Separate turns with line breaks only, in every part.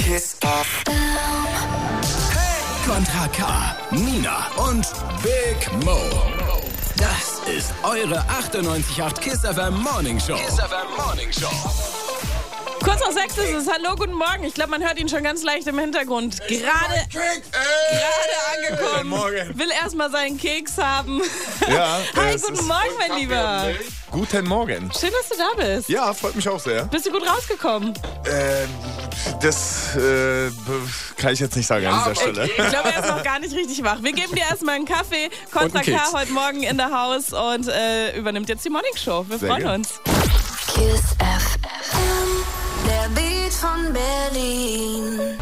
Piss off.
Kontra K, Nina und Big Mo. Das ist eure 98.8 Kiss FM Morning Show. Kiss FM Morning Show.
Kurz nach sechs ist es. Hallo, guten Morgen. Ich glaube, man hört ihn schon ganz leicht im Hintergrund. Gerade, gerade angekommen.
Morgen.
Will erstmal seinen Keks haben.
Ja,
Hi,
es
guten
ist-
Morgen, mein Lieber.
Guten Morgen.
Schön, dass du da bist.
Ja, freut mich auch sehr.
Bist du gut rausgekommen?
Äh, das äh, kann ich jetzt nicht sagen an dieser Stelle.
Ich glaube, er ist noch gar nicht richtig wach. Wir geben dir erstmal einen Kaffee. Kontra
Und einen
K
Keks.
heute Morgen in der Haus und äh, übernimmt jetzt die Morning Show. Wir
Sehr
freuen
gerne.
uns.
Kiss FM. Der Beat von Berlin.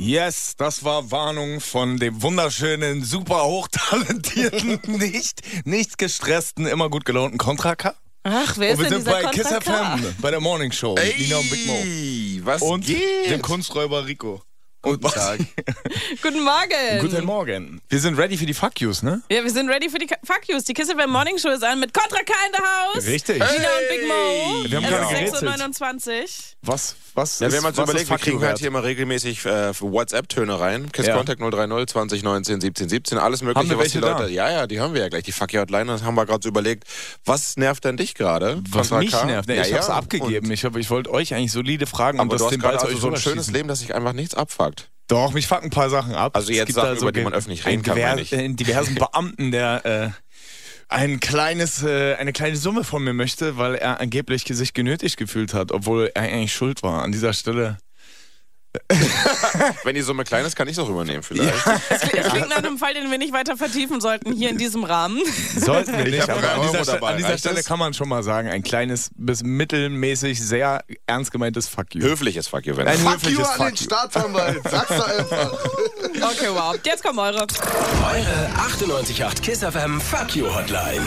Yes, das war Warnung von dem wunderschönen, super hochtalentierten, nicht, nicht gestressten, immer gut gelaunten Kontra K.
Ach, wer ist
Und wir
denn
sind
dieser
bei Kiss
Kontra K?
FM, bei der Morning Show. mit Nina und Big Mo.
Ey, was
Und
geht?
dem Kunsträuber Rico. Und
Guten Tag.
Guten Morgen.
Guten Morgen. Wir sind ready für die Fuck Yous, ne?
Ja, wir sind ready für die Ka- Fuck Yous. Die Kiss FM Morning Show ist an mit Kontra K in der Haus.
Richtig.
Nina und Big Mo.
Wir haben gerade
es ist
gerätselt.
6.29 Uhr.
Was, was
Ja,
ist,
wir haben uns
was ist
überlegt, wir
Fuck You
kriegen halt
wert?
hier immer regelmäßig äh, WhatsApp-Töne rein. Kiss
Ja.
Contact 030 20 19 17 17, alles mögliche,
Haben wir
was die
welche
Leute.
da?
Ja, ja, die haben wir ja gleich. Die Fuck You Hotline, das haben wir gerade so überlegt. Was nervt denn dich gerade?
Was
Kontra
mich
K?
nervt, ne, ich
Ja,
hab's
ja.
abgegeben. Ich, hab- ich wollte euch eigentlich solide fragen,
Und, aber
das
du hast
den Ball
gerade
zu
also
euch
so ein schönes
rüberschießen.
Leben, dass sich einfach nichts abfuckt.
Doch, mich fucken ein paar Sachen ab.
Also jetzt Sachen, über die man öffentlich reden
ein
kann,
Diver
meine ich.
einen diversen Beamten, der äh, ein kleines, äh, eine kleine Summe von mir möchte, weil er angeblich sich genötigt gefühlt hat, obwohl er eigentlich schuld war. An dieser Stelle.
Wenn die Summe klein ist, kann ich es auch übernehmen vielleicht.
Das klingt nach einem Fall, den wir nicht weiter vertiefen sollten hier in diesem Rahmen.
Sollten wir
hab
nicht,
drei
aber an
Euro
dieser, Stelle-
dabei.
an dieser
Reicht
Stelle
das?
kann man schon mal sagen, ein kleines bis mittelmäßig sehr ernst gemeintes Fuck you.
Höfliches Fuck You, wenn
Ein
Fuck you
höfliches
an den Staatsanwalt. Sag's doch einfach.
Okay, wow. Jetzt kommen eure.
Eure 98.8 Kiss FM Fuck You Hotline.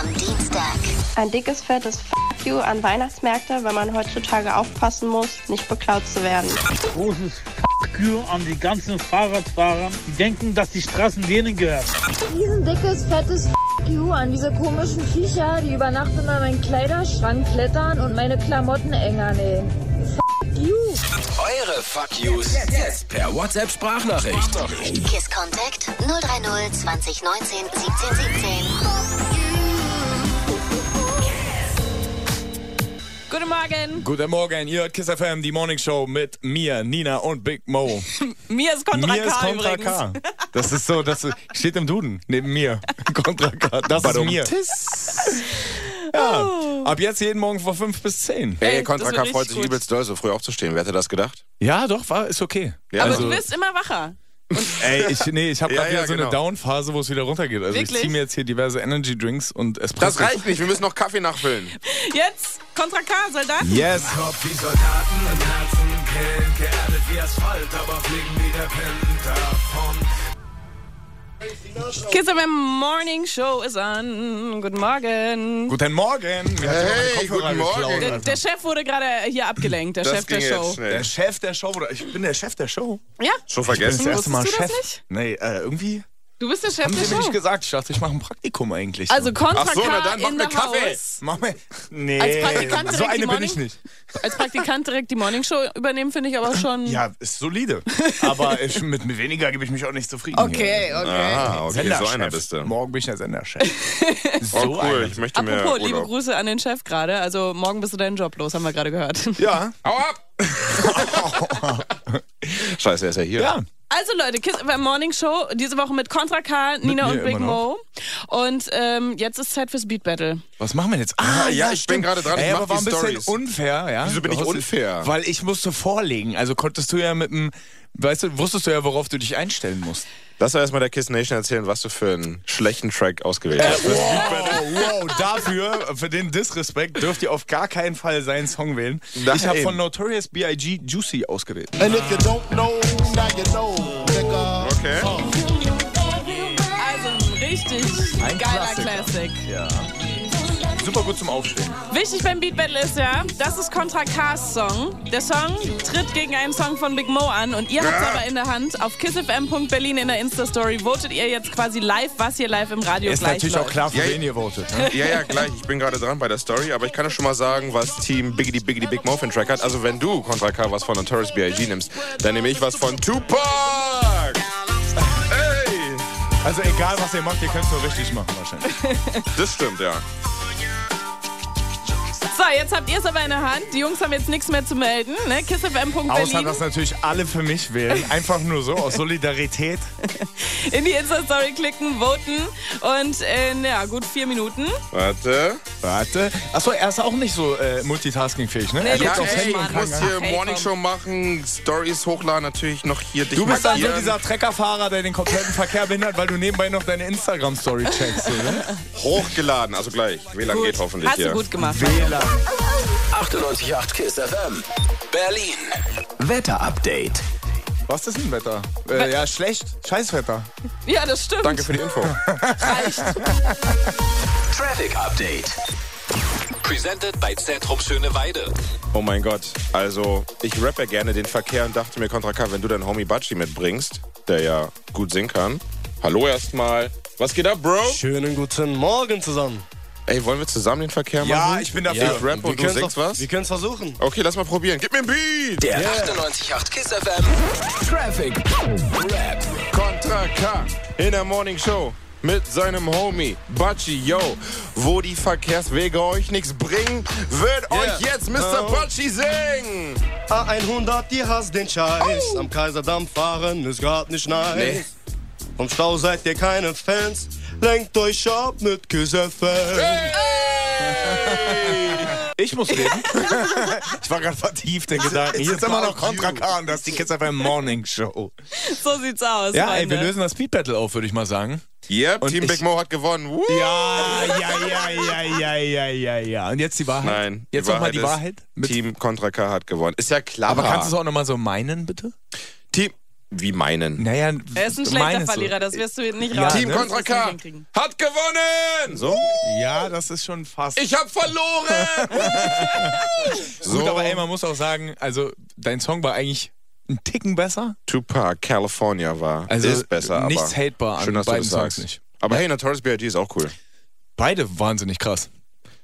Am Dienstag.
Ein dickes, fettes Fuck you an Weihnachtsmärkte, weil man heutzutage aufpassen muss, nicht beklaut zu werden.
großes Fuck you an die ganzen Fahrradfahrer, die denken, dass die Straßen denen gehören.
dickes, fettes F*** you an diese komischen Viecher, die über Nacht immer meinen Kleiderschrank klettern und meine Klamotten enger nähen. F*** you.
Eure Fuck Yous jetzt per WhatsApp Sprachnachricht.
Kiss Contact 030 20 19 17 17.
Guten Morgen.
Guten Morgen, ihr hört Kiss FM, die Morning Show mit mir, Nina und Big Mo.
Mir ist Kontra
Mir
K
ist Kontra
übrigens.
K. Das ist so, das ist- steht im Duden neben mir. Kontra K. Das ist mir. Ja. Ab jetzt jeden Morgen von 5 bis 10.
Ey,
Ey,
Kontra
das
K
war
freut
richtig
sich
gut.
übelst doll, so früh aufzustehen. Wer hätte das gedacht?
Ja, doch, war, ist okay.
Ja,
Aber
also-
du wirst immer wacher.
Ey, ich, nee, ich habe
Ja,
gerade wieder
ja,
so
genau.
eine Down-Phase, wo es wieder runtergeht. Also
Wirklich?
ich ziehe mir jetzt hier diverse Energy Drinks und Espresso.
Das reicht nicht, wir müssen noch Kaffee nachfüllen.
Jetzt Kontra K, Soldaten.
Yes.
Kopf wie Soldaten und Herzen killt. Geerdet wie Asphalt, aber fliegen wie der Wind davon.
Kiss FM Morning Show ist an. Guten Morgen.
Guten Morgen. Mir hat jemand
Hey,
meine Kopfhörer
guten Morgen.
geklaut,
Der,
Alter.
der Chef wurde gerade hier abgelenkt, der Chef der Show.
Der
schnell.
Chef der Show, oder ich bin der Chef der Show.
Ja,
Schon vergessen.
Wusstest du das nicht?
Nee, äh, irgendwie
du bist der Chef
haben
der
sie mir
Show.
nicht gesagt. Ich dachte, ich mache ein Praktikum eigentlich.
Also Kontra
Ach so, na
K
dann, mach
in
mir
der
Kaffee.
Haus.
Mach mal. Nee.
Als Praktikant direkt
so
die
eine bin
Morning-
ich nicht.
Als Praktikant direkt die Morning Show übernehmen, finde ich aber schon.
Ja, ist solide. Aber ich, mit mit weniger gebe ich mich auch nicht zufrieden.
Okay, okay.
Ah, okay, so
Senderchef.
einer bist du.
Morgen bin ich der Senderchef.
Oh,
einer
cool,
bist
ich
du.
möchte mir
Apropos, liebe
Urlaub.
Grüße an den Chef gerade. Also morgen bist du deinen Job los, haben wir gerade gehört.
Ja.
Hau ab! Scheiße, er ist ja hier.
Ja.
Also Leute, Kiss FM Morning Show, diese Woche mit Kontra K, Nina
mir
und Big
immer
Mo.
noch.
Und ähm, jetzt ist Zeit fürs Beat Battle.
Was machen wir denn jetzt? Ah,
ja, ich bin
stimmt.
gerade dran, ich
Ey,
mach
aber war ein
die
bisschen
Stories.
unfair, ja?
Wieso bin
Du
ich
hast-
unfair?
Weil ich musste vorlegen. Also konntest du ja mit dem, weißt du, wusstest du ja, worauf du dich einstellen musst.
Lass doch erstmal der Kiss Nation erzählen, was du für einen schlechten Track ausgewählt hast.
Wow, wow, dafür, für den Disrespekt, dürft ihr auf gar keinen Fall seinen Song wählen. Ich habe
Nein.
von Notorious B.I.G. Juicy ausgewählt.
And if you don't know, now you know, nigga.
Okay.
Also ein richtig geiler Klassik.
Ja. super gut zum Aufstehen.
Wichtig beim Beat Battle ist ja, das ist Contra K's Song. Der Song tritt gegen einen Song von Big Mo an und ihr habt es aber in der Hand. Auf kissfm.berlin in der Insta-Story votet ihr jetzt quasi live, was hier live im Radio
Ist
gleich
natürlich
läuft.
auch klar, für
Ja,
wen ihr votet. Ne?
Ja, ja, gleich. Ich bin gerade dran bei der Story, aber ich kann doch schon mal sagen, was Team Biggity Biggity Big Muffin Track hat. Also wenn du Contra K was von Notorious B.I.G. nimmst, dann nehme ich was von Tupac. Ey,
Also egal, was ihr macht, ihr könnt es nur richtig machen wahrscheinlich.
das stimmt, ja.
So, jetzt habt ihr es aber in der Hand. Die Jungs haben jetzt nichts mehr zu melden. Ne?
Außer,
kissfm.berlin
dass natürlich alle für mich wählen. Einfach nur so, aus Solidarität.
in die Insta-Story klicken, voten und in ja, gut vier Minuten.
Warte.
Warte. Achso, er ist auch nicht so äh, multitaskingfähig, ne? Er
Nee,
Ja,
guckt aufs
ey,
Handy
ich
und kann
muss
gar nicht.
hier
Ach, ey,
Morning
komm.
Show machen, Stories hochladen, natürlich noch hier dich
Du bist dann so
markieren.
dieser Treckerfahrer, der den kompletten Verkehr behindert, weil du nebenbei noch deine Instagram-Story checkst. so, Ne?
Hochgeladen, also gleich. WLAN geht hoffentlich
Hast
hier.
du gut gemacht.
98.8 Kiss FM. Berlin. Wetterupdate.
Was ist denn Wetter? Äh, ja, schlecht. Scheißwetter.
Ja, das stimmt.
Danke für die Info.
Reicht.
Traffic Update. Presented by Zentrum Schöneweide.
Oh mein Gott. Also, ich rappe ja gerne den Verkehr und dachte mir, Kontra K, wenn du deinen Homie Batschi mitbringst, der ja gut singen kann. Hallo erstmal. Was geht ab, Bro?
Schönen guten Morgen zusammen.
Ey, wollen wir zusammen den Verkehr machen?
Ja, ich bin dafür.
Ich rap und du
können's
singst
doch-
was?
Wir können es versuchen.
Okay, lass mal probieren. Gib mir ein Beat!
Der 98.8 Kiss FM. Traffic Rap.
Kontra K in der Morning Show mit seinem Homie Batschi, yo. Wo die Verkehrswege euch nichts bringen, wird euch jetzt Mr.
Oh.
Batschi singen!
A100, die hasst den Scheiß. Am Kaiserdamm fahren ist grad nicht nice.
Nee.
Vom Stau seid ihr keine Fans. Lenkt euch ab mit Kiss FM.
Ich muss reden. ich war gerade vertieft in Gedanken. Hier ist immer noch Contra K und das ist die Kids FM Morning Show.
So sieht's aus.
Ja,
Freunde.
ey, wir lösen das Speed Battle auf, würde ich mal sagen.
Yep,
Und
Team
ich-
Big Mo hat gewonnen. Woo.
Ja, ja, ja, ja, ja, ja, ja, ja. Und jetzt die Wahrheit.
Nein,
Jetzt nochmal die
ist,
Wahrheit. Mit-
Team Contra K hat gewonnen. Ist ja klar.
Aber kannst du es auch nochmal so meinen, bitte?
Team. Wie meinen?
Naja,
er ist ein schlechter Verlierer, das wirst du nicht
Ja,
raus.
Team
ne?
Contra K hat gewonnen! So?
Ja, das ist schon fast.
Ich hab verloren! so,
Gut, aber ey, man muss auch sagen, also dein Song war eigentlich ein Ticken besser.
Tupac California war.
Also,
ist besser, aber.
nichts hatebar an
Schön, dass
beiden
du das sagst.
Songs nicht.
Aber hey, Notorious B.I.G. ist auch cool.
Beide wahnsinnig krass.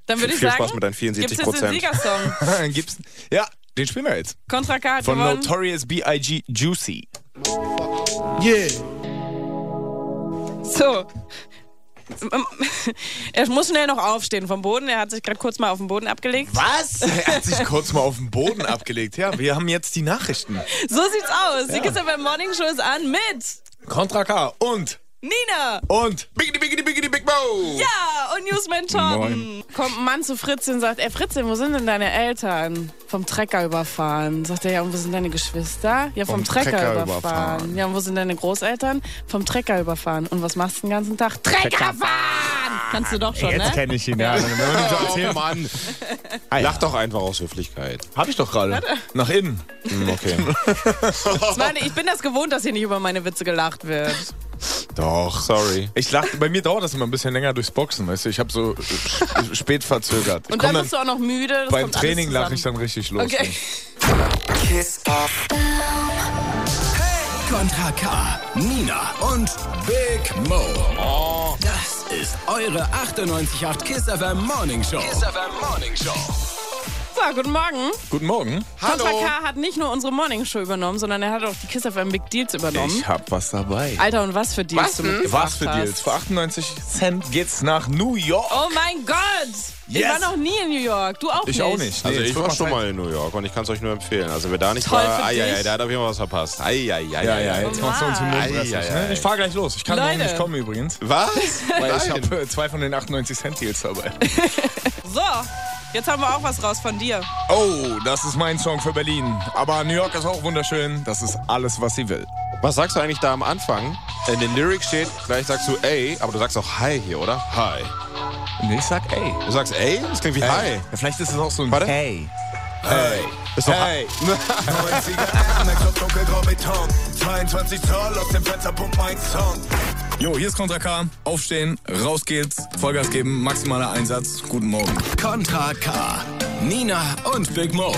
Dann würde ich
Viel
sagen,
Spaß mit deinen 74
gibt's jetzt den
Prozent.
Siegersong.
Gibt's, ja, den spielen wir jetzt.
Contra K hat
Von
gewonnen.
Notorious B.I.G. Juicy.
So. Er muss schnell noch aufstehen vom Boden. Er hat sich gerade kurz mal auf den Boden abgelegt.
Was? Er hat sich kurz mal auf den Boden abgelegt. Ja, wir haben jetzt die Nachrichten.
So sieht's aus. Die Kids beim Morning Show ist an mit
Contra K und,
Nina.
und.
Biggity, biggity, biggity, big Mo!
Ja, und Newsman Torben. Kommt ein Mann zu Fritzchen und sagt, ey Fritzchen, wo sind denn deine Eltern? Vom Trecker überfahren. Sagt er, ja, und wo sind deine Geschwister? Ja, vom, Trecker, überfahren. Ja, und wo sind deine Großeltern? Vom Trecker überfahren. Und was machst du den ganzen Tag? Trecker, fahren! Kannst du doch schon,
Jetzt
ne?
kenne ich ihn, ja. Wenn man ihn so
Oh
erzählt,
Mann. Lach doch einfach aus Höflichkeit.
Hab ich doch gerade. Nach innen.
Hm, Okay.
Ich meine, ich bin das gewohnt, dass hier nicht über meine Witze gelacht wird.
Doch.
Sorry.
Ich lache, bei mir dauert das immer ein bisschen länger durchs Boxen, weißt du? Ich habe so äh, spät verzögert. Ich
Und
komm
dann bist du auch noch müde. Das
beim
kommt alles
Training lache
zusammen.
ich dann richtig los.
Okay.
Contra K, Nina und Big Mo. Das ist eure 98.8 Kiss FM Morning Show. Kiss FM Morning Show.
So, guten Morgen.
Guten Morgen.
Hallo. Kontra K hat nicht nur unsere Morning Show übernommen, sondern er hat auch die Kiss FM Big Deals übernommen.
hab was dabei.
Alter, und was für Deals du mitgebracht
Was für
hast.
Deals? Für 98 Cent geht's nach New York.
Oh mein Gott! Ich
Yes.
war noch nie in New York. Du auch nicht.
Ich auch nicht.
Also
Nee,
ich
jetzt wird
war
mal
schon
Zeit.
mal in New York und ich kann es euch nur empfehlen. Also wer da nicht
Toll
war,
für
ai, ai,
dich.
da hat auf jeden Fall was verpasst. Ai, ai, ai,
Ja,
ai,
ja,
ai.
Oh
jetzt machst du uns den Mund
Ei,
lässig,
ei, ei.
ne? Ich fahr gleich los. Ich kann morgen
Leute.
nicht kommen übrigens.
Was?
Weil ich
Nein.
habe zwei von den 98 Cent Deals dabei.
So, jetzt haben wir auch was raus von dir.
Oh, das ist mein Song für Berlin. Aber New York ist auch wunderschön. Das ist alles, was sie will.
Was sagst du eigentlich da am Anfang? In den Lyrics steht, gleich sagst du ey, aber du sagst auch hi hier, oder? Hi.
Und ich sag, ey.
Du sagst ey? Das klingt wie hi.
Ja, vielleicht ist es auch so ein
Warte.
Hey.
Hey. Ist doch hi.
Hey.
90er Ecken, ein Club dunkelgrau Beton. 22 Zoll aus dem Fenster pumpt mein Song.
Jo, hier ist Kontra K. Aufstehen, raus geht's, Vollgas geben, maximaler Einsatz. Guten Morgen.
Kontra K. Nina und Big Mo.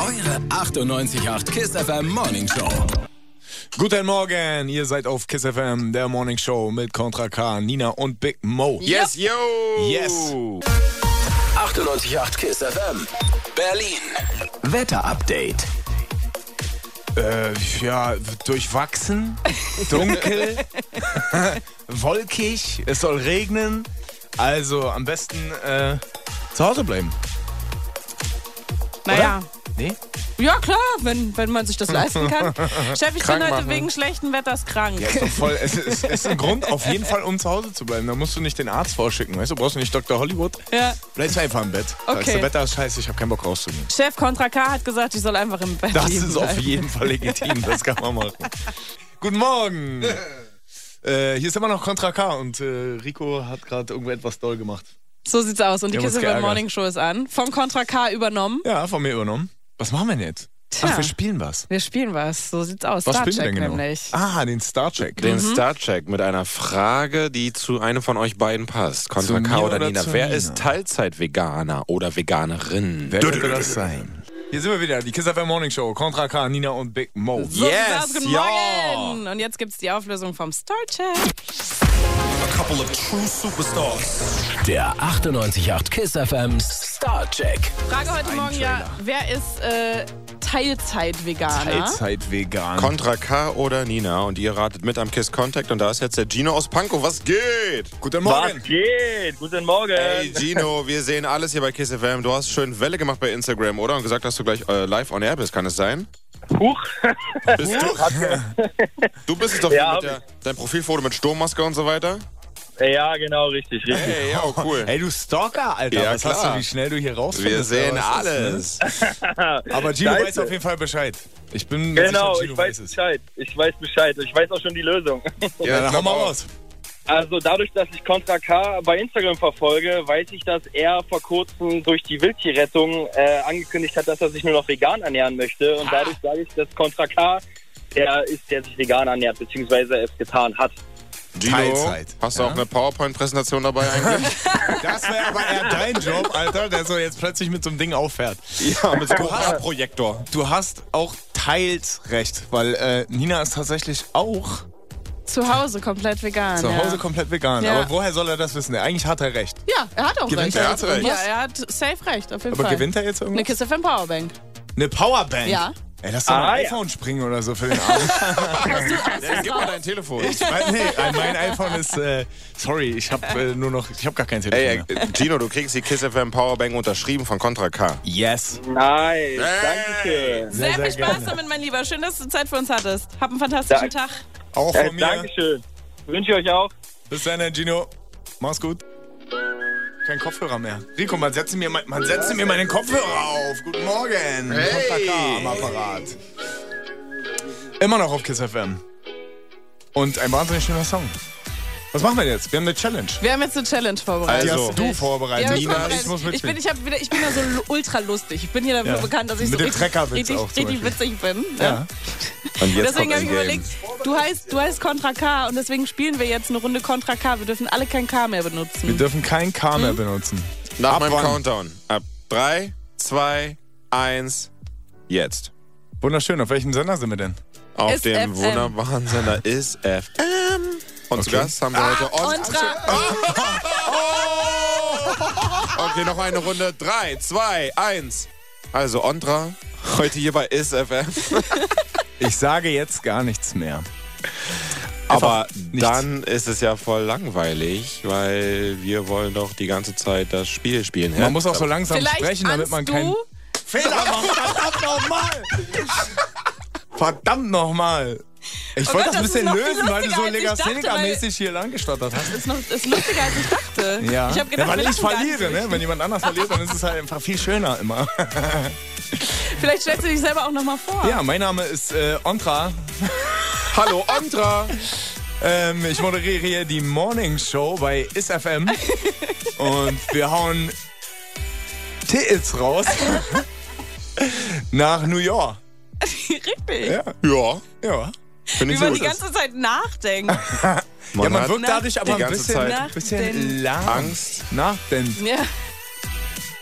Eure 98.8 Kiss FM Morning Show.
Guten Morgen, ihr seid auf Kiss FM, der Morning Show mit Kontra K, Nina und Big Mo.
Yes, yo!
Yes.
98.8 Kiss FM. Berlin. Wetterupdate.
Äh, ja, durchwachsen, dunkel, wolkig, es soll regnen. Also am besten äh, zu Hause bleiben.
Naja.
Nee?
Ja, klar, wenn, wenn man sich das leisten kann. Chef, ich
Krank
bin heute
machen.
wegen schlechten Wetters krank.
Ja, ist doch voll. es ist, es ist ein Grund, auf jeden Fall, um zu Hause zu bleiben. Da musst du nicht den Arzt vorschicken, weißt du? Brauchst du nicht Dr. Hollywood?
Ja.
Bleibst einfach im Bett. Sagst
Okay.
du, Wetter ist scheiße, ich habe keinen Bock rauszugehen.
Chef Kontra K hat gesagt, ich soll einfach im Bett
Das
liegen
ist auf
bleiben.
jeden Fall legitim, das kann man machen. Guten Morgen! Äh, hier ist immer noch Contra K und äh, Rico hat gerade irgendetwas doll gemacht.
So sieht's aus. Und die
Wir haben uns
Kiss FM
geärgert.
Morning Show ist an. Vom Kontra K übernommen.
Ja, von mir übernommen. Was machen wir denn jetzt?
Tja.
Ach, wir spielen was.
Wir spielen was. So sieht's aus.
Was
Star
spielen wir
Trek
denn genau?
nämlich.
Ah, den Star Trek.
Den Star Trek mit einer Frage, die zu einem von euch beiden passt. Kontra
Zu
K
mir
oder
oder
Nina.
zu
Wer
Nina?
ist Teilzeit-Veganer oder Veganerin?
Wer könnte das sein? Hier sind wir wieder, die Kiss FM Morning Show. Contra K, Nina und Big Mo.
So
Yes,
sieht's aus. Guten
ja.
Morgen. Und jetzt gibt's die Auflösung vom Star Trek.
Der 98.8 Kiss FM Star Check.
Frage heute Morgen ja, wer ist äh, Teilzeit-Veganer?
Teilzeit vegan.
Kontra K oder Nina und ihr ratet mit am Kiss Contact und da ist jetzt der Gino aus Pankow. Was geht?
Guten Morgen.
geht? Guten
Äh,
Morgen.
Hey Gino, wir sehen alles hier bei Kiss FM. Du hast schön Welle gemacht bei Instagram, oder? Und gesagt, dass du gleich äh, live on air bist, kann es sein?
Huch.
Bist du? du bist es doch
Ja,
mit
hab
der, dein Profilfoto mit Sturmmaske und so weiter.
Ja, genau, richtig, richtig.
Hey, ja, oh, cool.
Ey, du Stalker, Alter.
Ja,
was
klar.
hast du, wie schnell du hier rausfindest?
Wir sehen
oder was das
alles.
ist? Aber Gino
Scheiße.
weiß auf jeden Fall Bescheid. Ich bin mir
Genau,
sicher, Gino
ich weiß
es.
Bescheid. Ich weiß Bescheid. Ich weiß auch schon die Lösung.
Ja,
Dann
ich
hau
glaub
mal
auch.
raus.
Also dadurch, dass ich Contra K bei Instagram verfolge, weiß ich, dass er vor kurzem durch die Wildtierrettung äh, angekündigt hat, dass er sich nur noch vegan ernähren möchte. Und dadurch sage ich, dass Contra K der ist, der sich vegan ernährt, beziehungsweise es getan hat.
Gino,
Teilzeit,
hast du auch eine PowerPoint-Präsentation dabei eigentlich?
Das wäre aber eher dein Job, Alter, der so jetzt plötzlich mit so einem Ding auffährt.
ja, mit so einem
Du hast-
Projektor.
Du hast auch teils recht, weil äh, Nina ist tatsächlich auch
Zu Hause komplett vegan.
zu
ja.
Hause komplett vegan.
Ja.
Aber woher soll er das wissen? Eigentlich hat er recht.
Ja, er hat auch
Gewinnt
recht.
er jetzt
ja,
recht?
er hat safe recht, auf jeden
Aber
Fall.
gewinnt er jetzt
Eine
irgendwas?
Kiss FM Powerbank.
Eine Powerbank?
Ja.
Ey, lass doch mal
Ah,
ein
ja.
iPhone springen oder so für den Abend.
Ey, gib mal dein Telefon.
Ich mein, nee, mein iPhone ist, äh, sorry, ich habe äh, nur noch, ich habe gar kein Telefon
Ey,
mehr.
äh, Gino, du kriegst die Kiss FM Powerbank unterschrieben von Contra K.
Yes.
Nice, Dankeschön.
Sehr,
sehr
viel Spaß
gerne.
damit, mein Lieber. Schön, dass du Zeit für uns hattest. Hab einen fantastischen Tag.
Auch
Äh,
von mir.
Dankeschön. Wünsche ich euch auch.
Bis dann, äh, Gino. Mach's gut. Kein Kopfhörer mehr. Rico, man setzt mir, mein- man setzt mir meinen Kopfhörer auf. Guten Morgen. Hey. am Apparat. Immer noch auf Kiss FM. Und ein wahnsinnig schöner Song. Was machen wir jetzt? Wir haben eine Challenge.
Wir haben jetzt eine Challenge vorbereitet.
Die
Also,
hast du vorbereitet.
Ja, ich,
Nina,
vorbereitet.
ich muss
ich bin,
mitspielen.
ich, hab wieder, ich bin ja so lu- ultra lustig. Ich bin hier dafür
Ja.
bekannt, dass ich
Mit
so
dem
richtig,
Treckerwitz
richtig,
auch zum
richtig witzig bin. ne?
Ja.
Und jetzt
Deswegen habe
kommt
ich
ein Game.
überlegt, du heißt, du heißt Contra K und deswegen spielen wir jetzt eine Runde Contra K. Wir dürfen alle kein K mehr
Wir
benutzen.
dürfen kein K mehr benutzen.
Nach
Ab
meinem
wann?
Countdown. Ab 3, 2, 1, jetzt.
Wunderschön. Auf welchem Sender sind wir denn?
Auf
Ist
dem
FM.
wunderbaren Sender ist FM. Und zu
Okay.
Gast haben wir heute
Ah,
On.
Contra.
Okay, noch eine Runde. 3, 2, 1. Also Ontra, heute hier bei ISFM.
Ich sage jetzt gar nichts mehr.
Aber
nichts.
dann ist es ja voll langweilig, weil wir wollen doch die ganze Zeit das Spiel spielen.
Man muss auch so langsam
Vielleicht
sprechen, damit man
ahnst
keinen
du,
Fehler macht. Verdammt nochmal! Verdammt nochmal! Ich
Oh Gott,
wollte das ein
das ist
bisschen
noch viel
lösen, weil du
lustiger,
so
als ich dachte,
Legastheniker-mäßig hier langgestottert hast.
ist, noch, ist lustiger, als ich dachte.
Ja,
Ich habe
ja
gedacht,
weil
wir
ich
lachen gar
verliere,
nicht.
ne? Wenn jemand anders verliert, dann ist es halt einfach viel schöner immer.
Vielleicht stellst du dich selber auch nochmal vor.
ne? Ja, mein Name ist äh, Ontra.
Hallo Ontra!
Ähm, ich moderiere hier die Morning Show bei ISFM. Und wir hauen Tits raus. Nach New York.
Richtig.
Ja,
Ja.
finde ich
Über
so
die
gut.
ganze Zeit nachdenken.
ja, man
hat
wirkt dadurch aber
die
ein
ganze
bisschen,
Zeit
bisschen lahm.
Angst.
Nachdenken.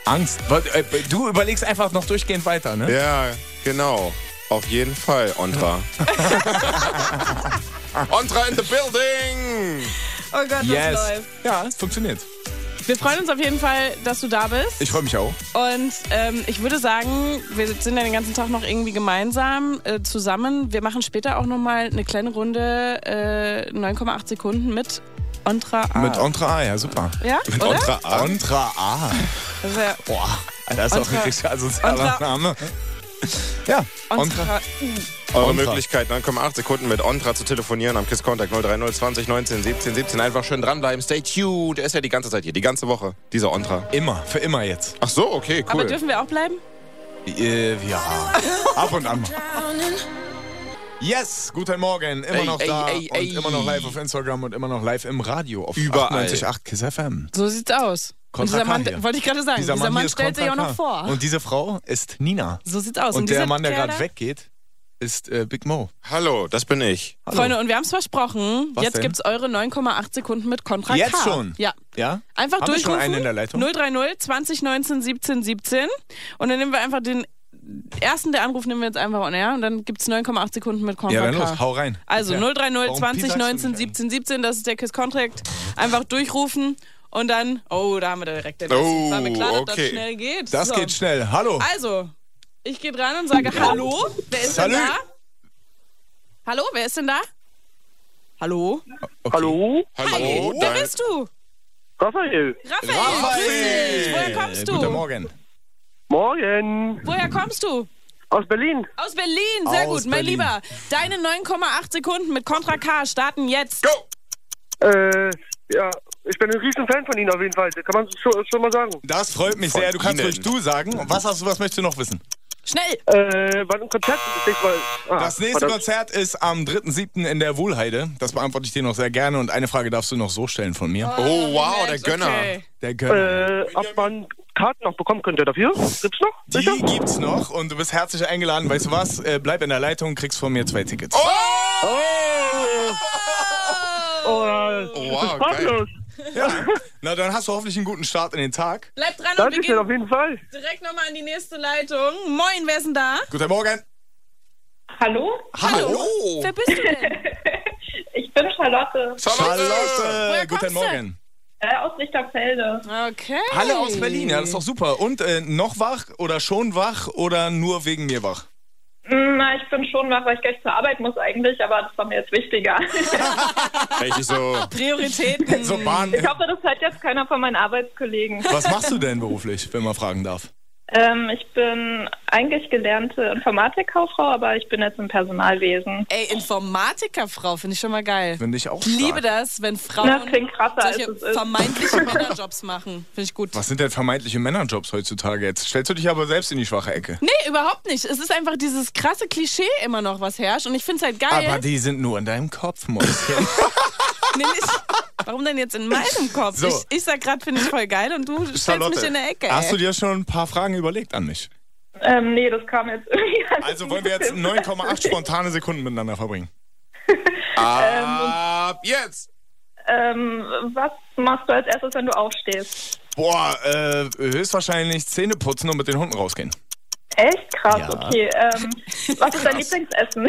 Angst. Wa- äh, Du überlegst einfach noch durchgehend weiter, ne?
Ja, genau. Auf jeden Fall, Ontra. Ontra in the building!
Oh Gott,
Yes.
das läuft.
Ja, es funktioniert.
Wir freuen uns auf jeden Fall, dass du da bist.
Ich freue mich auch.
Und ähm, ich würde sagen, wir sind ja den ganzen Tag noch irgendwie gemeinsam äh, zusammen. Wir machen später auch nochmal eine kleine Runde äh, 9,8 Sekunden mit Ontra A.
Mit Entra A, ja, super.
Ja,
Mit
oder?
Entra A. Ah. Entra A.
Das wär-
Boah, das ist auch
Entra-
ein richtiger sozialer
Entra-
Name. Ja,
Ontra.
Eure
Ontra.
Möglichkeit, 9,8 Sekunden mit Ontra zu telefonieren am Kiss Contact 030 20 19 17 17. Einfach schön dranbleiben, stay tuned. Er ist ja die ganze Zeit hier, die ganze Woche, dieser Ontra.
Immer, für immer jetzt.
Ach so, okay,
Aber
cool.
dürfen wir auch bleiben?
Äh, ja, ab und an. Yes, guten Morgen. Immer
Ey,
noch
ey,
da
ey,
und
ey.
immer noch live auf Instagram und immer noch live im Radio auf
Überall.
98.8 Kiss FM.
So sieht's aus. Und
Kontra
dieser
K
Mann,
hier.
wollte ich gerade sagen, dieser Mann,
hier ist
stellt sich auch
Kontra
noch vor.
K. Und diese Frau ist Nina.
so sieht's aus.
Und, der
dieser
Mann, der
Kerl
gerade
da-
weggeht, ist äh, Big Mo.
Hallo, das bin ich.
Freunde, und wir haben's versprochen,
Was
jetzt
denn?
gibt's eure 9,8 Sekunden mit Kontra
Jetzt
K.
schon?
Ja.
Ja?
Einfach
Haben wir
durchrufen.
schon einen in der Leitung?
030 20 19 17 17. Und dann nehmen wir einfach den ersten, der anruft, nehmen wir jetzt einfach on air. Und dann gibt's 9,8 Sekunden mit Kontra
Ja, dann
K.
los, hau rein.
Also
Ja.
030
Warum
20
piepst du
19
mich
17 17, das ist der Kiss Contract. Einfach durchrufen und dann, oh, da haben wir direkt den
Oh,
ersten. War mir klar, dass das
okay.
schnell geht.
Das
So.
geht schnell. Hallo.
Also, ich gehe dran und sage Hallo. Wer ist
Salü.
denn da? Hallo, wer ist denn da? Hallo?
Hallo?
Hi, wer bist du?
Raphael.
Raphael, grüß dich. Woher kommst du?
Guten Morgen.
Morgen.
Woher kommst du?
Aus Berlin.
Aus Berlin, sehr
Aus
gut, mein
Berlin.
Lieber. Deine 9,8 Sekunden mit Contra K starten jetzt. Go!
Äh, ja, ich bin ein riesen Fan von Ihnen auf jeden Fall. Kann man schon, schon mal sagen.
Das freut mich
Von
sehr. Du kannst
Ihnen.
ruhig du sagen. Und Was hast du, was möchtest du noch wissen?
Schnell!
Oh,
Äh, wann ein Konzert ist nicht mal. Ah,
Das nächste
verdammt.
Konzert ist am 3.7. in der Wohlheide. Das beantworte ich dir noch sehr gerne. Und eine Frage darfst du noch so stellen von mir.
Oh, wow, der Gönner.
Der
Äh,
Gönner.
ob man Karten noch bekommen könnte dafür? Gibt's noch?
Die gibt's noch und du bist herzlich eingeladen. Weißt du was? Äh, bleib in der Leitung, kriegst von mir zwei Tickets.
Oh,
Oh, wow,
geil. Ja. Na, dann hast du hoffentlich einen guten Start in den Tag.
Bleib dran und wir
Dankeschön,
gehen
auf jeden Fall.
direkt nochmal in die nächste Leitung. Moin, wer ist denn da?
Guten Morgen.
Hallo?
Hallo.
Wer bist du denn?
Ich bin Charlotte.
Charlotte. Guten Morgen.
Äh, aus Lichterfelde.
Okay.
Alle aus Berlin, ja, das ist doch super. Und äh, noch wach oder schon wach oder nur wegen mir wach?
Hm, Na, ich bin schon wach, weil ich gleich zur Arbeit muss eigentlich, aber das war mir jetzt wichtiger.
Echt so.
Prioritäten.
So Bahn. äh,
Ich hoffe, das hört jetzt keiner von meinen Arbeitskollegen.
Was machst du denn beruflich, wenn man fragen darf?
Ähm, ich bin eigentlich gelernte Informatikkauffrau, aber ich bin jetzt im Personalwesen.
Ey, Informatikerfrau finde ich schon mal geil.
Finde ich auch
Ich liebe
stark.
das, wenn
Na,
Frauen
klingt krasser, als
solche
es ist.
vermeintlichen Männerjobs machen. Finde ich gut.
Was sind denn vermeintliche Männerjobs heutzutage jetzt? Stellst du dich aber selbst in die schwache Ecke.
Nee, überhaupt nicht. Es ist einfach dieses krasse Klischee immer noch, was herrscht. Und ich finde es halt geil.
Aber die sind nur in deinem Kopf, Mäuschen.
Nee, nicht. Warum denn jetzt in meinem Kopf?
So.
Ich, ich sag gerade, finde ich voll geil und du stellst mich in der Ecke. ey.
hast du dir schon ein paar Fragen überlegt an mich?
Ähm, nee, das kam jetzt irgendwie an.
Also wollen wir jetzt 9,8 spontane Sekunden miteinander verbringen.
Ab jetzt.
Ähm, was machst du als erstes, wenn du aufstehst?
Boah, äh, höchstwahrscheinlich Zähne putzen und mit den Hunden rausgehen.
Echt krass,
Ja.
okay. Ähm, was ist dein Lieblingsessen?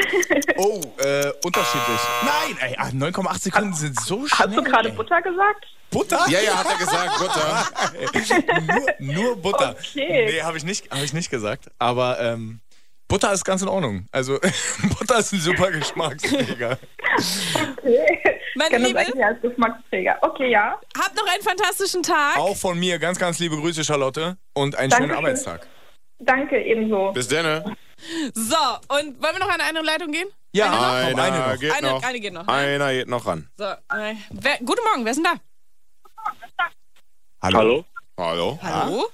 Oh, äh, unterschiedlich. Nein, ey, ah, 9,8 Sekunden sind so schnell.
Hast du gerade Butter gesagt?
Butter?
Ja, ja, hat er gesagt, Butter.
nur, nur Butter.
Okay.
Nee, habe ich, nicht- hab ich nicht gesagt. Aber ähm, Butter ist ganz in Ordnung. Also Butter ist ein super Geschmacksträger.
Okay.
Meine
ich kenne
Liebe-
das eigentlich als Geschmacksträger. Okay, ja.
Habt noch einen fantastischen Tag.
Auch von mir ganz, ganz liebe Grüße, Charlotte. Und einen schönen
Dankeschön.
Arbeitstag.
Danke, ebenso.
Bis dann.
So, und wollen wir noch an eine Leitung gehen?
Ja,
noch?
einer geht
Eine-
noch.
eine geht noch, ne?
Einer geht noch ran.
So, äh, wer, guten Morgen, wer ist denn da?
Hallo. Hallo.
Hallo?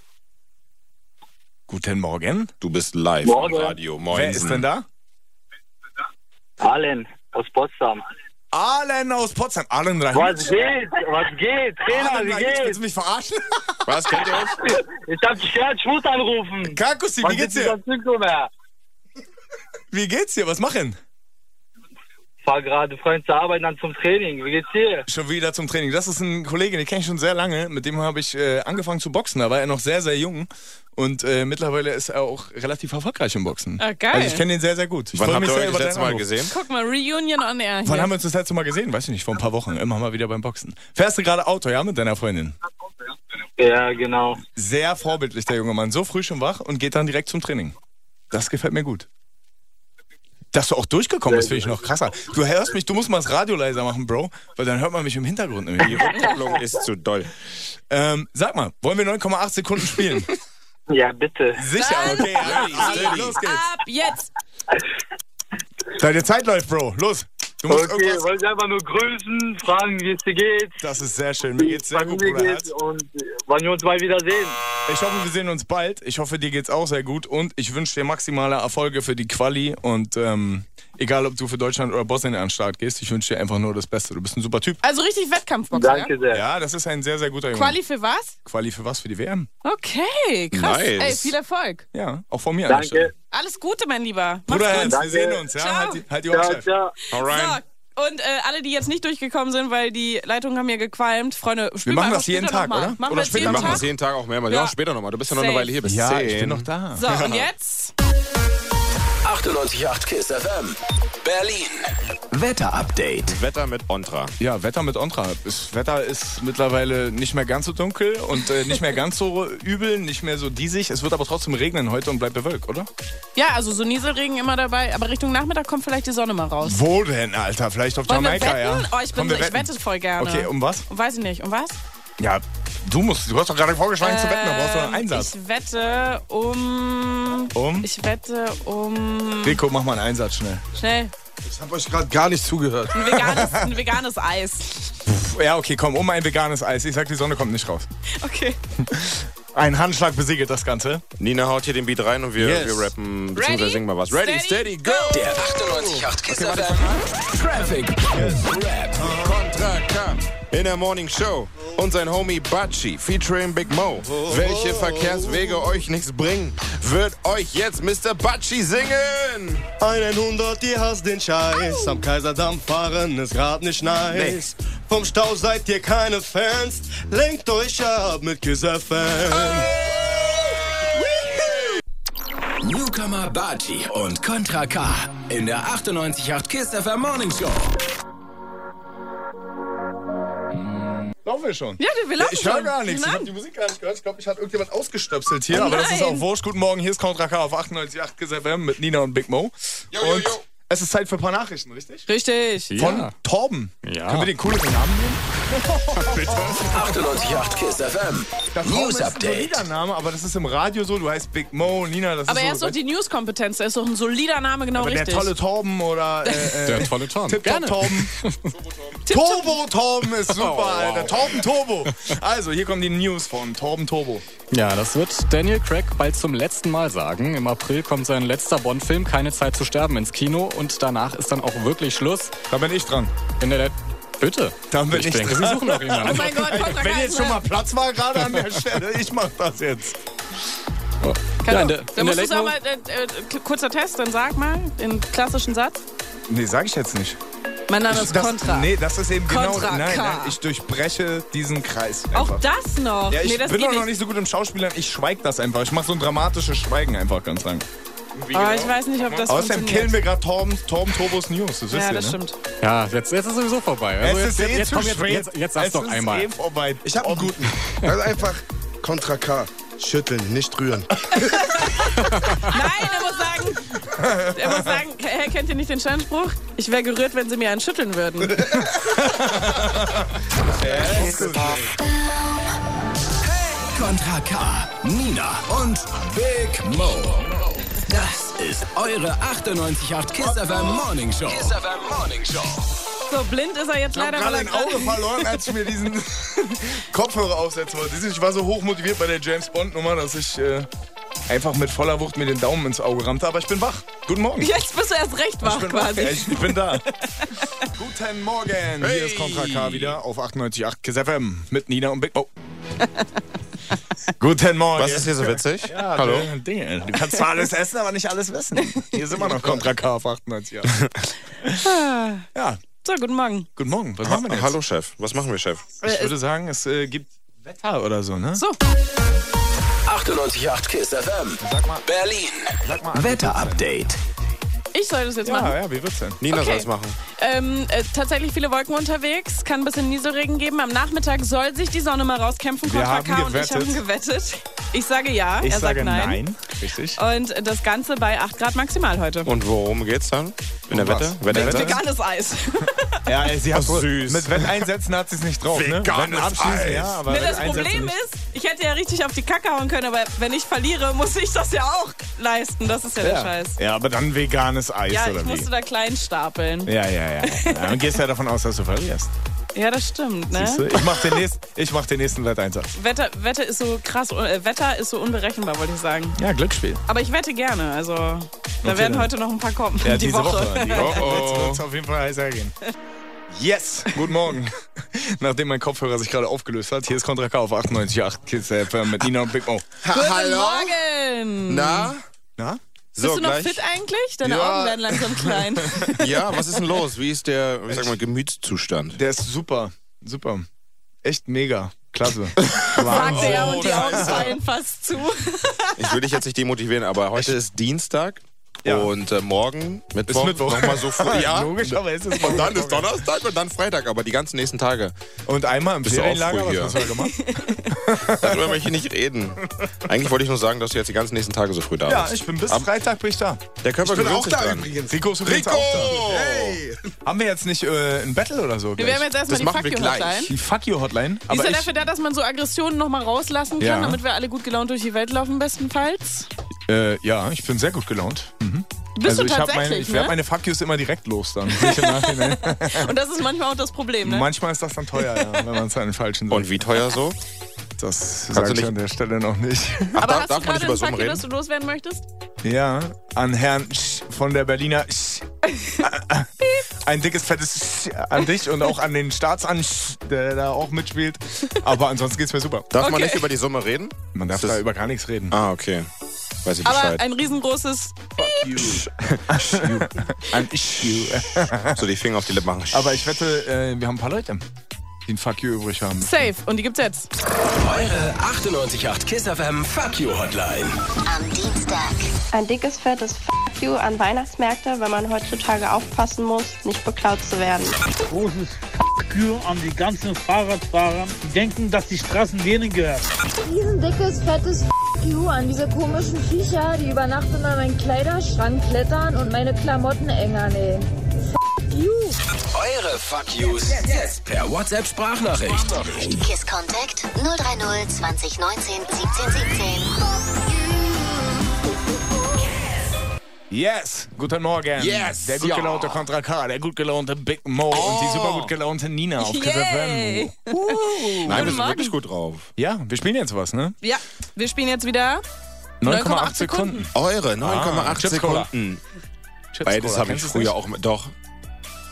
Guten Morgen.
Du bist live
Morgen.
im Radio. Moin.
Wer ist denn da?
Allen aus Potsdam.
Allen aus Potsdam. Allen rein.
Was geht? Was geht? Trainer,
Allen
wie
Rahit, Willst
geht's?
du mich verarschen?
Was kennt ihr euch?
Ich hab gehört, ich muss anrufen.
Kakusi,
Was
wie geht's
ist
dir?
das Symptom her?
Wie geht's dir? Was machen?
Fahr gerade Freund zur Arbeit, dann zum Training. Wie geht's dir?
Schon wieder zum Training. Das ist ein Kollege, den kenne ich schon sehr lange. Mit dem habe ich äh, angefangen zu boxen. Da war er noch sehr, sehr jung. Und äh, mittlerweile ist er auch relativ erfolgreich im Boxen.
Ah, geil.
Also ich kenne den sehr, sehr gut. Ich
Wann
freue
habt
mich
ihr
sehr
euch das
über deinen
letzte Mal
Anruf.
gesehen?
Guck mal, Reunion on Air.
Wann
hier.
haben wir uns das letzte Mal gesehen? Weiß ich nicht, vor ein paar Wochen. Immer mal wieder beim Boxen. Fährst du gerade Auto, ja, mit deiner Freundin?
Ja, genau.
Sehr vorbildlich, der junge Mann. So früh schon wach und geht dann direkt zum Training. Das gefällt mir gut. Dass du auch durchgekommen bist, finde ich noch krasser. Du hörst mich, du musst mal das Radio leiser machen, Bro, weil dann hört man mich im Hintergrund nämlich.
Die Rückkopplung ist zu doll.
Ähm, sag mal, wollen wir 9,8 Sekunden spielen?
Ja, bitte.
Sicher, okay. Alles, los geht's.
Ab jetzt.
Deine Zeit läuft, Bro. Los. Du musst
Okay,
irgendwas.
wollte einfach nur grüßen, fragen, wie es dir geht.
Das ist sehr schön. Mir geht's sehr
Wann
gut,
mir
Bruder. Ah,
geht's
Herz.
und äh, wann wir uns mal wiedersehen.
Ich hoffe, wir sehen uns bald. Ich hoffe, dir geht's auch sehr gut und ich wünsche dir maximale Erfolge für die Quali und ähm, egal, ob du für Deutschland oder Bosnien an den Start gehst, ich wünsche dir einfach nur das Beste. Du bist ein super Typ.
Also richtig Wettkampfboxer.
Danke sehr.
Ja, das ist ein sehr, sehr guter Junge.
Quali für was?
Quali für was? Für die WM?
Okay, krass.
Nice.
Ey, viel Erfolg.
Ja, auch von mir. an der Stelle.
Danke.
Alles Gute, mein Lieber. Mach's
Bruder
gut.
Hans, wir
Danke.
sehen uns. Ja?
Ciao.
Halt, die- halt die Ohren
Ciao,
steif.
ciao.
Alright.
So, und äh, alle, die jetzt nicht durchgekommen sind, weil die Leitungen haben hier gequalmt, Freunde,
Wir
spielen
machen
einfach
das jeden
später
Tag,
noch mal.
oder?
Machen
Oder
wir das
später
Wir
jeden
machen
Tag?
das jeden Tag auch mehrmals. Ja,
Ja.
später nochmal. Du bist ja noch eine
Safe.
Weile hier. Bis
Ja,
10.
ich bin noch da.
So, und jetzt?
98.8 Kiss FM. Berlin. Wetterupdate.
Wetter mit Ontra.
Ja, Wetter mit Ontra. Das Wetter ist mittlerweile nicht mehr ganz so dunkel und äh, nicht mehr ganz so übel, nicht mehr so diesig. Es wird aber trotzdem regnen heute und bleibt bewölkt, oder?
Ja, also so Nieselregen immer dabei, aber Richtung Nachmittag kommt vielleicht die Sonne mal raus.
Wo denn, Alter? Vielleicht auf
Wollen wir
Jamaika, ja.
wetten? Oh, ich, bin
Komm,
so,
wir
ich
wetten.
wette voll gerne.
Okay, um was?
Weiß ich nicht, um was?
Ja, du musst. Du hast doch gerade vorgeschlagen zu wetten, da brauchst du einen
Ähm,
Einsatz.
Ich wette um...
Um?
Ich wette um...
Rico, mach mal einen Einsatz schnell.
Schnell.
Ich habe euch gerade gar nicht zugehört.
Ein veganes, ein veganes Eis.
Ja, okay, komm, um ein veganes Eis. Ich sag, die Sonne kommt nicht raus.
Okay.
Ein Handschlag besiegelt das Ganze.
Nina haut hier den Beat rein und wir,
Yes.
wir rappen bzw.
Ready?
singen mal was. Ready,
Steady,
steady, go!
Der 98.8 Kiss FM. Traffic. Rap.
Contra K in der Morning Show und sein Homie Batschi featuring Big Mo. Welche Verkehrswege euch nichts bringen, wird euch jetzt Mr. Batschi singen.
100, ihr hasst den Scheiß. Am Kaiserdamm fahren ist grad nicht nice. Vom Stau seid ihr keine Fans. Lenkt euch ab mit Kiss FM.
Newcomer Baji und Contra K in der 98.8 Kiss FM Morning Show.
Laufen wir schon.
Ja, wir laufen
Ich höre
schon.
gar nichts. Ich
Nein.
habe die Musik gar nicht gehört. Ich glaube, mich hat irgendjemand ausgestöpselt hier.
Oh
aber das ist auch
nein.
wurscht. Guten Morgen, hier ist Contra K auf 98.8 Kiss FM mit Nina und Big Mo.
Yo, yo,
und
yo.
es ist Zeit für ein paar Nachrichten, richtig?
Richtig.
Von Torben.
Ja.
Können wir den cooleren Namen nehmen?
98.8 Kiss FM.
Da
News
ist ein
Update.
solider Name, aber das ist im Radio so. Du heißt Big Mo, Nina, das
Aber
ist
er ist
so.
doch die News-Kompetenz. Er ist doch ein solider Name, genau
aber der
richtig.
tolle Torben oder äh, äh,
Der tolle Ton.
Tip Top Torben. Turbo Torben ist super,
Oh,
Alter. Torben Turbo. Also, hier kommen die News von Torben Turbo.
Ja, das wird Daniel Craig bald zum letzten Mal sagen. Im April kommt sein letzter Bond-Film Keine Zeit zu sterben ins Kino und danach ist dann auch wirklich Schluss.
Da bin ich dran.
In der Bitte.
Dann bin ich
denke,
dran.
Sie suchen noch
Oh
jemanden.
mein Gott, Kontra
Wenn
K
jetzt
ist
schon
ne-
mal Platz war gerade an der Stelle, ich mach das jetzt.
Ja, in
Kann
der, in
doch. Dann
der
musst du
Late
aber, äh, äh, k- kurzer Test, dann sag mal, in klassischen Satz.
Nee, sag ich jetzt nicht.
Mein Name ist Kontra.
Nee, das ist eben
Kontra
genau. Nein,
K.
nein, ich durchbreche diesen Kreis. Einfach.
Auch das noch?
Ja, ich
nee, das
bin
geht
doch noch nicht so gut im Schauspielern. Ich schweig das einfach. Ich mache so ein dramatisches Schweigen einfach ganz lang.
Aber Ah, ich weiß nicht, ob das
Außerdem killen
funktioniert.
wir gerade Torben, Torben Turbos News. Das wisst
Ja,
ihr,
das
ne?
stimmt.
Night. Ja, jetzt, jetzt ist sowieso vorbei. Also
es
jetzt,
ist eh
jetzt,
zu
komm, jetzt,
spät.
jetzt, jetzt sag's
es
doch
ist
einmal.
Eh vorbei.
Ich habe einen guten.
Also
Ganz einfach. Contra K. Schütteln, nicht rühren.
Nein, er muss sagen, er muss sagen, Herr, kennt ihr nicht den Standspruch? Ich wäre gerührt, wenn sie mir einen schütteln würden.
Contra K, Nina und Big Mo. Das ist eure 98.8 Kiss FM Morning Show. Kiss FM Morning Show.
So blind ist er jetzt
Ich habe
leider. weil
gerade
er
ein Auge
gerade-
verloren, als ich mir diesen Kopfhörer aufsetzen wollte. Ich war so hoch motiviert bei der James Bond Nummer, dass ich äh, einfach mit voller Wucht mir den Daumen ins Auge rammte. Aber ich bin wach. Guten Morgen.
Jetzt bist du erst recht wach
ich bin
quasi.
Wach. Ich, ich bin da. Guten Morgen. Hier ist Contra K wieder auf 98.8 KISS FM mit Nina und Big Mo. Oh. Guten Morgen.
Was ist hier so witzig?
Ja,
Hallo?
Dinge, Dinge. Du kannst zwar alles essen, aber nicht alles wissen. Hier sind wir noch Contra K auf 98.
ja. So, guten Morgen.
Guten Morgen, was
Ha-
machen wir denn jetzt?
Hallo Chef, was machen wir Chef?
Ich würde sagen, es äh, gibt Wetter oder so, ne?
So.
98.8 Kiss FM. Sag mal. Berlin. Sag mal. Wetter-Update.
Ich soll das jetzt machen.
Ja, ja, wie wird's denn?
Nina
Okay.
soll es machen.
Ähm, äh, tatsächlich viele Wolken unterwegs, kann ein bisschen Nieselregen geben. Am Nachmittag soll sich die Sonne mal rauskämpfen.
Wir
Kontra
haben
K und ich
gewettet.
haben gewettet. Ich sage ja,
Ich
er
sage
sagt nein.
nein. Richtig.
Und äh, das Ganze bei 8 Grad maximal heute.
Und worum geht's dann? In der
Um was?
Wette?
Wenn's
Wetter?
Veganes Eis.
Also Ja, ey, sie hat
Ach, süß.
Mit Wetteinsätzen hat sie es nicht drauf, ne?
Veganes Eis.
ja, aber
Nee, das
Wetteinsätze
Problem
nicht.
ist, ich hätte ja richtig auf die Kacke hauen können, aber wenn ich verliere, muss ich das ja auch leisten. Das ist ja, der Scheiß.
Ja, aber dann veganes Eis
ja,
oder
ich
wie?
musste da klein stapeln.
Ja, ja, ja. ja. Dann gehst du ja davon aus, dass du verlierst.
Ja, das stimmt, ne?
Siehst du? Ich mach den nächsten, ich mach den nächsten Wetteinsatz.
Wetter, Wetter ist so krass, äh, Wetter ist so unberechenbar, wollte ich sagen.
Ja, Glücksspiel.
Aber ich wette gerne, also da
Okay,
werden
dann.
heute noch ein paar kommen.
Ja,
die
diese
Woche.
Woche. Die Woche
Oh, oh.
wird's auf jeden Fall heiß hergehen. Yes, guten Morgen. Nachdem mein Kopfhörer sich gerade aufgelöst hat, hier ist Kontra K auf 98.8 Kiss FM mit Nina und Big Mo.
Guten Morgen!
Na?
Na?
So,
Bist du noch
gleich.
fit eigentlich? Deine
Ja.
Augen werden langsam klein.
Ja, was ist denn los? Wie ist der, ich sag mal, Gemütszustand?
Der ist super, super. Echt mega. Klasse.
Sagt
Wahnsinn.
er ja und
Oh,
die Augen fallen fast zu.
Ich will dich jetzt nicht demotivieren, aber heute ist Dienstag.
Ja.
Und äh, morgen, Mittwoch,
Mittwoch.
nochmal so früh.
Ja, logisch, aber es ist
Und dann
Montag.
ist Donnerstag und dann Freitag, aber die ganzen nächsten Tage.
Und einmal im
Bist du auch
Ferienlager,
früh
was
hier?
hast du da gemacht?
Darüber möchte ich nicht reden. Eigentlich wollte ich nur sagen, dass du jetzt die ganzen nächsten Tage so früh da
Ja,
bist.
ich bin bis Freitag bin ich da.
Der Körper
Ich bin
gewöhnt
auch
sich
da
dran.
übrigens. Rico ist übrigens
Rico!
auch da. Haben wir jetzt nicht äh, ein Battle oder so?
Wir
gleich?
werden jetzt erstmal
Das
die
machen
Fuck
wir
You
gleich.
Hotline.
die Fuck You Hotline.
Die ist
Aber
ja
ich,
dafür da, dass man so Aggressionen nochmal rauslassen kann,
Ja.
damit wir alle gut gelaunt durch die Welt laufen, bestenfalls.
äh, ja, ich bin sehr gut gelaunt. Mhm.
Bist
also
du
ich hab meine,
tatsächlich,
ich werde
ne?
meine Fuck Yous immer direkt los dann. Nicht im Nachhinein.
Und das ist manchmal auch das Problem, ne?
Manchmal ist das dann teuer, ja, wenn man es an den falschen
Und wie teuer so?
sagt. Das
Kannst du
sage ich
nicht-
an der Stelle noch nicht.
Ach,
Aber
da,
hast
darf
du
man nicht
gerade
über
einen
Summen
Fuck You,
reden?
dass du loswerden möchtest?
Ja, an Herrn Sch von der Berliner Sch ein dickes, fettes Sch an dich und auch an den Staatsan, Sch, der da auch mitspielt. Aber ansonsten geht's mir super.
Darf man
Okay.
nicht über die Summe reden?
Man darf
Das-
da über gar nichts reden.
Ah, okay. Weiß ich
Aber
Bescheid.
ein riesengroßes
An Sch
so die Finger auf die Lippen machen.
Aber ich wette, äh, wir haben ein paar Leute, die ein Fuck you übrig haben.
Safe. Und die gibt's jetzt.
Eure 98.8 Kiss FM Fuck You Hotline.
Am Dienstag.
Ein dickes, fettes Fuck you an Weihnachtsmärkte, weil man heutzutage aufpassen muss, nicht beklaut zu werden.
Großes Fuck you an die ganzen Fahrradfahrer, die denken, dass die Straßen denen gehören.
Riesendickes, fettes F*** you an diese komischen Viecher, die über Nacht immer meinen Kleiderschrank klettern und meine Klamotten enger nähen. F*** you!
Eure Fuck Yous jetzt per WhatsApp-Sprachnachricht.
Kiss Contact 030 20 19 17 17.
Yes, guten Morgen.
Yes,
Der gut
ja.
gelaunte Contra K, der gut gelaunte Big Mo und die super gut gelaunte Nina auf Kiss
Yay.
Nein,
FM.
wir
Guten
sind
Morgen.
wirklich gut drauf.
Ja, wir spielen jetzt was, ne?
Ja, wir spielen jetzt wieder. Sekunden.
9,8 Sekunden.
Eure 9,8
Ah, Chips Cola.
Sekunden.
Chips
Beides
Cola,
habe ich
kennst du's
früher
nicht?
auch. mit- Doch.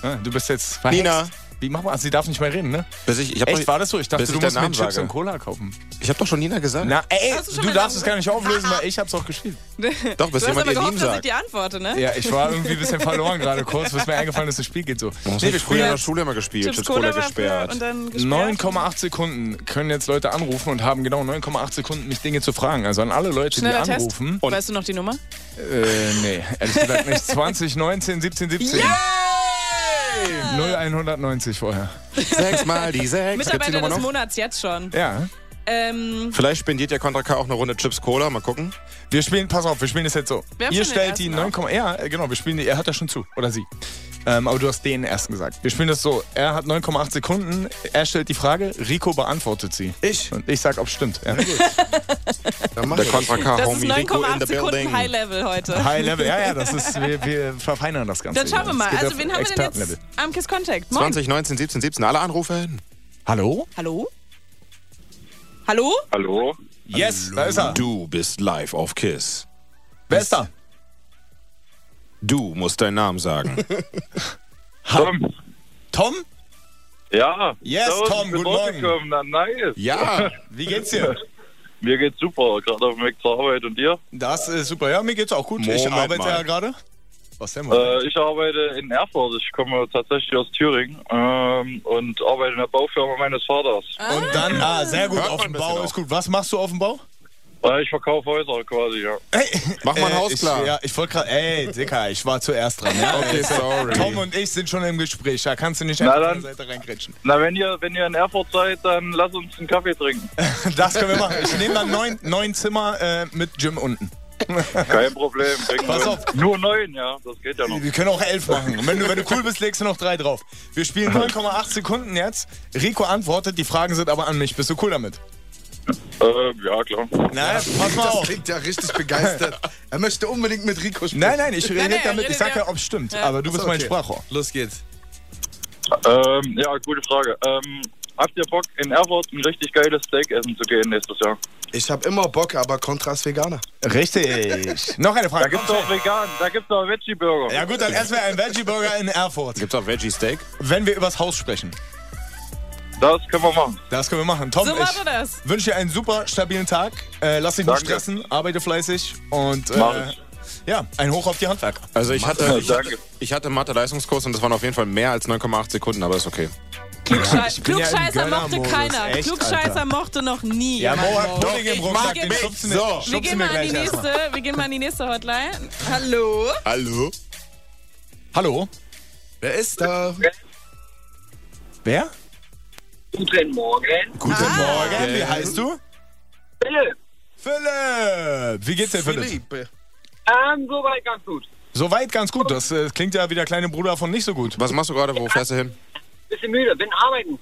Ah, du bist jetzt verhext.
Nina.
Wie macht man? Also, sie darf nicht mehr reden, ne?
Bis ich, ich hab
Echt,
doch,
war das so? Ich dachte,
bis
du
ich deinen
musst mir
Namen
Chips
sage.
und Cola kaufen.
Ich habe doch schon Nina gesagt.
Na, ey,
Hast du schon
du
mal
darfst
Namen
es gar nicht auflösen, weil ich hab's auch gespielt.
Doch, bis
Du hast
jemand
aber
ihr
gehofft,
Lieben
dass ich
sagt.
die antworte, ne?
Ja, ich war irgendwie ein bisschen verloren gerade kurz, bis mir eingefallen ist, das Spiel geht so.
Das
Nee,
hab
wir
ich früher in der
spielen
Schule immer gespielt. Chips
Chips
Cola
Cola war früher
gesperrt.
und dann gesperrt.
9,8 Sekunden können jetzt Leute anrufen und haben genau 9,8 Sekunden, mich Dinge zu fragen. Also an alle Leute,
Schneller
die
Test.
anrufen. Und,
Weißt du noch die Nummer?
äh, nee, ehrlich gesagt nicht. 20, 19, 17, 17. Yeah! 0190 vorher.
Sechsmal die sechs. Gibt's die
Mitarbeiter
Nummer
des
noch?
Monats jetzt schon.
Ja.
Ähm,
Vielleicht spendiert ja Contra K auch eine Runde Chips Cola. Mal gucken.
Wir spielen, pass auf, wir spielen das jetzt so.
Wir haben
ihr
schon den
stellt die
ersten
9, ja, äh, genau, wir spielen die, er hört ja schon zu, oder sie. Ähm, aber du hast den ersten gesagt. Wir spielen das so, er hat 9,8 Sekunden, er stellt die Frage, Rico beantwortet sie.
Ich?
Und ich sag, ob es stimmt. Ja.
Der Contra K,
das ist
Homie Rico in the
9,8 Sekunden
building.
High Level heute.
High Level, ja, ja, das ist, wir, wir verfeinern das Ganze.
Dann schauen wir
Das
mal.
geht
Also,
auf
wen haben wir denn jetzt
Expertenlevel.
am Kiss Contact? Moin.
20, 19, 17, 17. Alle anrufen.
Hallo?
Hallo? Hallo?
Hallo?
Yes, da ist er.
Du bist live auf KISS.
Wer ist da?
Du musst deinen Namen sagen.
Tom?
Tom?
Ja.
Yes,
Servus,
Tom,
ich bin
guten Morgen.
rausgekommen. Na, nice.
ja.
Wie geht's dir?
Mir geht's super, gerade auf dem Weg zur Arbeit. Und dir?
Das ist super. Ja, mir geht's auch gut. ich
Moment
arbeite
mal.
ja gerade. Was denn? Moment.
Äh, ich arbeite in Erfurt. Ich komme tatsächlich aus Thüringen ähm, und arbeite in der Baufirma meines Vaters.
Und dann, ah, sehr gut, auf dem Bau ist gut. Was machst du auf dem Bau?
Äh, ich verkaufe Häuser quasi, ja.
Mach
mal ein Haus
äh, ich,
klar.
Ja, ich wollte gerade. Ey, Dicker, ich war zuerst dran. Ja?
Okay,
Ey,
sorry.
Tom und ich sind schon im Gespräch. Da kannst du nicht
Na
einfach von
dann.
der Seite reingrätschen.
Na, wenn ihr, wenn ihr in Erfurt seid, dann lass uns einen Kaffee trinken.
Das können wir machen. Ich nehme dann neun, neun Zimmer äh, mit Gym unten.
Kein Problem. kriegen
Pass
wir
auf.
hin. Nur neun, ja. Das geht ja noch.
Wir können auch elf machen. Und Wenn du, wenn du cool bist, legst du noch drei drauf. Wir spielen 9,8 Sekunden jetzt. Rico antwortet, die Fragen sind aber an mich. Bist du cool damit?
Äh, ja, klar.
Na,
Oh.
pass mal
das
auf.
klingt ja richtig begeistert. Er möchte unbedingt mit Rico spielen.
Nein, nein, ich rede damit. Ich sag ja, ob es stimmt. Aber du bist
Achso,
mein
okay.
Sprachrohr.
Los geht's.
Ähm, ja, gute Frage. Ähm, habt ihr Bock, in Erfurt ein richtig geiles Steak essen zu gehen nächstes Jahr?
Ich hab immer Bock, aber Kontra ist Veganer.
Richtig. Noch eine Frage.
Da gibt's auch vegan, da gibt's auch Veggie-Burger.
Ja gut, dann erstmal ein Veggie-Burger in Erfurt.
Gibt's auch Veggie-Steak?
Wenn wir übers Haus sprechen.
Das können wir machen.
Das können wir machen. Tom,
So machen wir das.
ich wünsche dir einen super stabilen Tag. Äh, lass dich nicht
Danke.
stressen, arbeite fleißig und äh,
Mach ich.
ja, ein Hoch auf die Handwerker.
Also ich hatte,
Mathe,
ich hatte, ich hatte Mathe-Leistungskurs und das waren auf jeden Fall mehr als 9,8 Sekunden, aber ist okay.
Klugschei
Ich bin ja im
Klugscheißer mochte
Gönnermodus.
keiner.
Echt,
Klugscheißer
Alter.
mochte noch nie.
Ja,
jemand.
Mo hat Pudding im
Ich
Rucksack,
mag
den
ihn.
schubsen wir-
So,
schubsen
wir gehen
wir
mal an die
gleich
nächste. Wir gehen mal an die nächste Hotline. Hallo?
Hallo?
Hallo?
Wer ist da?
Wer?
Guten Morgen.
Guten Morgen, wie heißt du?
Philipp.
Philipp, wie geht's dir, Philipp?
Ähm, soweit ganz gut.
Soweit ganz gut. Das äh, klingt ja wie der kleine Bruder von nicht so gut.
Was machst du gerade? Wo fährst du hin?
Bisschen müde, bin arbeiten.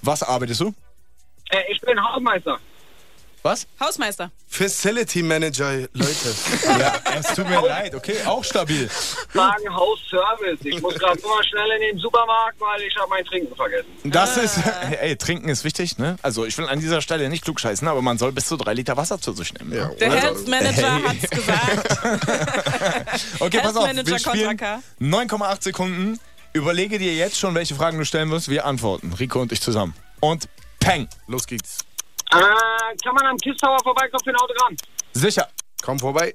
Was arbeitest du?
Äh, ich bin Hausmeister.
Was?
Hausmeister.
Facility Manager, Leute.
ja, es tut mir leid. Okay, auch stabil.
Sagen Hausservice. Ich muss gerade nur mal schnell in den Supermarkt, weil ich habe mein Trinken vergessen.
Das ist, ey, trinken ist witig, ne? Also ich will an dieser Stelle nicht klug scheißen, aber man soll bis zu drei Liter Wasser zu sich nehmen. ne? Ja,
Also,
Der Health Manager hat's gesagt.
Okay, pass
Health
auf,
Manager
wir spielen
Kontra
9,8 Sekunden. Überlege dir jetzt schon, welche Fragen du stellen wirst. Wir antworten, Rico und ich zusammen. Und Peng, los geht's.
Äh, kann man am Kistauer vorbeikommen für ein Autogramm?
Sicher.
Komm vorbei.
Ja,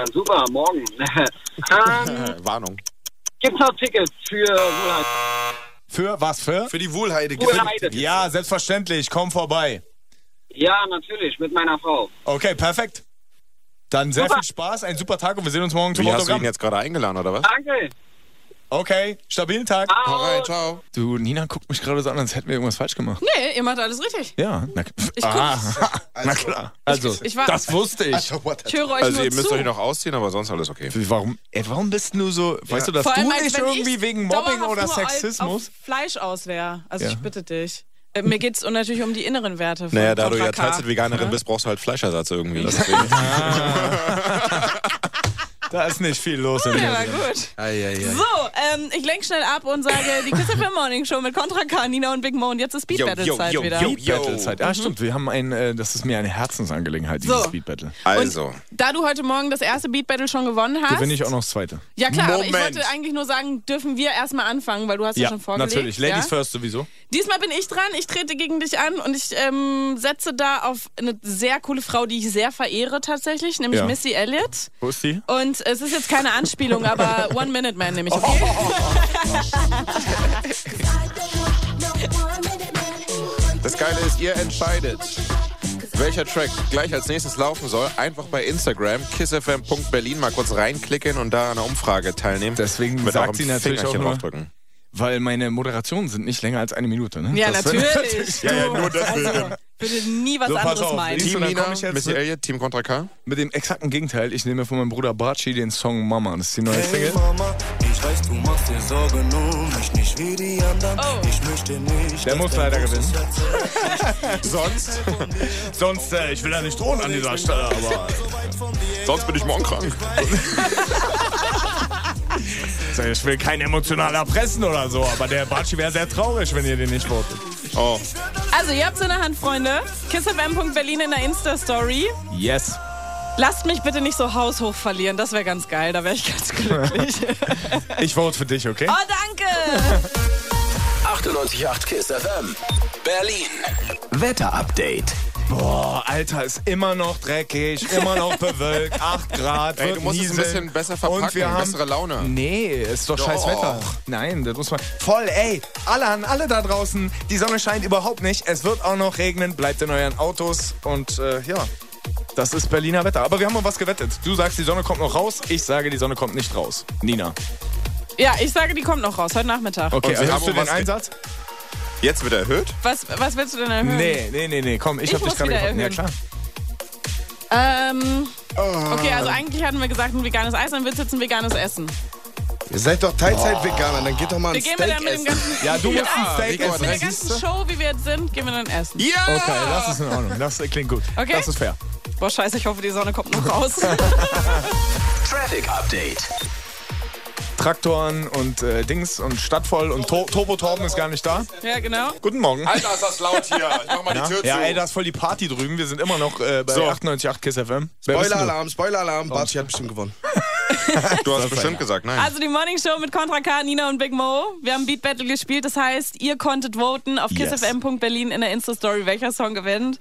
Ah, super, morgen. ähm,
Warnung.
gibt's noch Tickets für Wohlheit?
Für was für?
Für die Wohlheide.
Wohlheide.
Ja, selbstverständlich. Komm vorbei.
Ja, natürlich, mit meiner Frau.
Okay, perfekt. Dann sehr
Super.
viel Spaß, einen super Tag und wir sehen uns morgen zum
Wie hast du
Autogramm.
ihn jetzt gerade eingeladen, oder was?
Danke.
Okay, stabilen Tag.
Ah.
Ciao. Hau rein,
ciao.
Du, Nina guckt mich gerade so an, als hätten wir irgendwas falsch gemacht.
Nee, ihr macht alles richtig.
Ja, na,
Ich
ah, na klar. Also,
Ich- ich war-
das wusste ich.
Also, what- Ich höre euch
Also
nur
ihr müsst
zu.
euch noch ausziehen, aber sonst alles okay.
Warum, ey, warum bist du so, weißt du, dass
Vor allem,
du
als
nicht
wenn ich
irgendwie wegen Mobbing
dauerhaft
oder
nur auf-
Sexismus...
Auf Fleisch aus wäre. Also
Ja.
ich bitte dich. Äh, mir geht's natürlich um die inneren Werte. Von
Naja, da du
Kontra
ja
K.
Teilzeit Veganerin bist, brauchst du halt Fleischersatz irgendwie. Das
da ist nicht viel los.
in Ja, Berlin. war gut. So, ähm, ich lenke schnell ab und sage die Kiss FM Morning Show mit Kontra K, Nina und Big Mo und jetzt ist Beat Battle Zeit wieder.
Beat Battle Zeit. Ah, stimmt, wir haben ein, äh, das ist mir eine Herzensangelegenheit,
So.
dieses Beat Battle.
Also.
Da du heute Morgen das erste Beat Battle schon gewonnen hast.
Gewinne ich auch noch das zweite.
Ja klar, aber ich wollte eigentlich nur sagen, dürfen wir erstmal anfangen, weil du hast ja,
ja,
schon vorgelegt.
natürlich. Ladies
ja?
first sowieso.
Diesmal bin ich dran, ich trete gegen dich an und ich ähm, setze da auf eine sehr coole Frau, die ich sehr verehre tatsächlich, nämlich
Ja.
Missy Elliott.
Wo ist die?
Und es ist jetzt keine Anspielung, aber One Minute Man nämlich.
Oh,
Okay?
Das Geile ist, ihr entscheidet, welcher Track gleich als nächstes laufen soll. Einfach bei Instagram kissfm.berlin mal kurz reinklicken und da an der Umfrage teilnehmen.
Deswegen
Mit eurem
sagt sie natürlich auch
Fingerchen
nur,
draufdrücken.
weil meine Moderationen sind nicht länger als eine Minute. Ne?
Ja,
Das-
natürlich.
ja, ja, nur
Du, also, würde nie was
So, pass
anderes
auf,
meinen.
Team Nina, Missy
Elliott, Team Contra K.
Mit dem exakten Gegenteil, ich nehme von meinem Bruder Barchi den Song Mama. Das ist die neue Single.
Mama, ich weiß, du machst dir Sorgen um mich nicht wie die anderen. Ich möchte nicht.
Der
dass
muss
dein
leider
großes
gewinnen.
Herz
Sonst? Sonst, äh, ich will ja nicht drohen an dieser Stelle, aber.
Sonst bin ich morgen krank.
äh, Ich will keinen emotional erpressen oder so, aber der Barchi wäre sehr traurig, wenn ihr den nicht votet.
Oh.
Also, ihr habt's in der Hand, Freunde. KissFM.Berlin in der Insta-Story.
Yes.
Lasst mich bitte nicht so haushoch verlieren, das wäre ganz geil, da wäre ich ganz glücklich.
Ich vote für dich, okay?
Oh, danke!
98.8 KISS FM. Berlin. Wetter-Update.
Boah, Alter, ist immer noch dreckig, immer noch bewölkt, 8 Grad.
Ey,
wird
du musst es ein
nieseln.
bisschen besser verpacken,
Und wir haben,
bessere Laune.
Nee, ist doch,
Doch.
scheiß Wetter. Nein, das muss man. Voll, ey, alle an alle da draußen. Die Sonne scheint überhaupt nicht. Es wird auch noch regnen. Bleibt in euren Autos und äh, ja. Das ist Berliner Wetter. Aber wir haben mal was gewettet. Du sagst, die Sonne kommt noch raus. Ich sage, die Sonne kommt nicht raus. Nina.
Ja, ich sage, die kommt noch raus, heute Nachmittag.
Okay,
wir
also
haben
hast du
was
den
ge-
Einsatz?
Jetzt wird erhöht?
Was, was willst du denn erhöhen?
Nee, nee, nee, nee. Komm, ich,
Ich
hab dich
muss
gerade
wieder
gefragt. Ja,
erhöhen.
klar.
Ähm,
Oh.
okay, also eigentlich hatten wir gesagt, ein veganes Eis, dann wird jetzt ein veganes Essen.
Ihr seid doch
Oh.
Teilzeit-Veganer, dann geht doch mal ein
Wir gehen
Steak
wir dann mit dem
essen.
ganzen.
essen.
Mit der ganzen Show, wie wir jetzt sind, gehen wir dann essen.
Okay, das ist in Ordnung. Das klingt gut.
Okay.
Das ist fair.
Boah, scheiße, ich hoffe, die Sonne kommt noch raus.
Traffic Update.
Traktoren und äh, Dings und Stadtvoll und to Turbo Torben ist gar nicht da.
ja, genau.
Guten Morgen.
Alter, ist das laut hier. Ich mach mal die
ja?
Tür
ja,
zu.
ey, da ist voll die Party drüben. Wir sind immer noch äh, bei
So.
98.8 KISS FM. Wer bist denn du?
Spoiler-Alarm, Spoiler-Alarm. Barty hat bestimmt gewonnen.
Du hast bestimmt gesagt, nein.
Also die Morning Show mit Contra K, Nina und Big Mo. Wir haben Beat Battle gespielt, das heißt, ihr konntet voten auf
Yes.
kissfm.berlin in der Insta-Story, welcher Song gewinnt.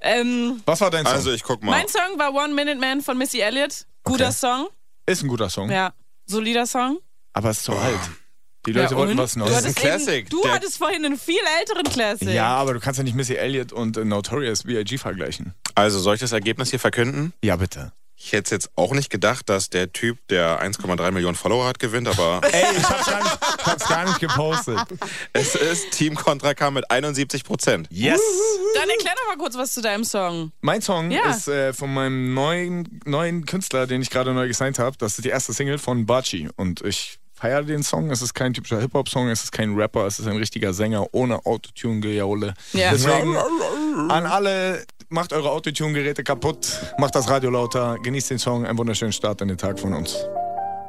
Ähm,
Was war dein Song?
Also ich guck mal.
mein Song war One Minute Man von Missy Elliott. Guter
Oh. Okay.
Song,
Ist ein guter Song.
ja, solider Song.
Aber ist zu alt. Die Leute
Ja,
wollten
und?
was
Du
Neues.
hattest Ein Classic.
Du
Der-
hattest vorhin einen viel älteren Classic.
ja, aber du kannst ja nicht Missy Elliott und äh, Notorious B.I.G. vergleichen.
Also soll ich das Ergebnis hier verkünden?
Ja, bitte.
Ich hätte jetzt auch nicht gedacht, dass der Typ, der 1,3 Millionen Follower hat, gewinnt, aber
Ey, ich hab's gar nicht, ich hab's gar nicht gepostet.
es ist Team Contra K mit 71 Prozent.
Yes!
Dann erklär doch mal kurz was zu deinem Song.
Mein Song
Ja.
ist äh, von meinem neuen, neuen Künstler, den ich gerade neu gesigned habe. Das ist die erste Single von Baci. Und ich feiere den Song. Es ist kein typischer Hip-Hop-Song, es ist kein Rapper, es ist ein richtiger Sänger ohne Autotune-Gejaule.
Ja.
Deswegen an alle, macht eure Autotune-Geräte kaputt, macht das Radio lauter, genießt den Song. Einen wunderschönen Start in den Tag von uns.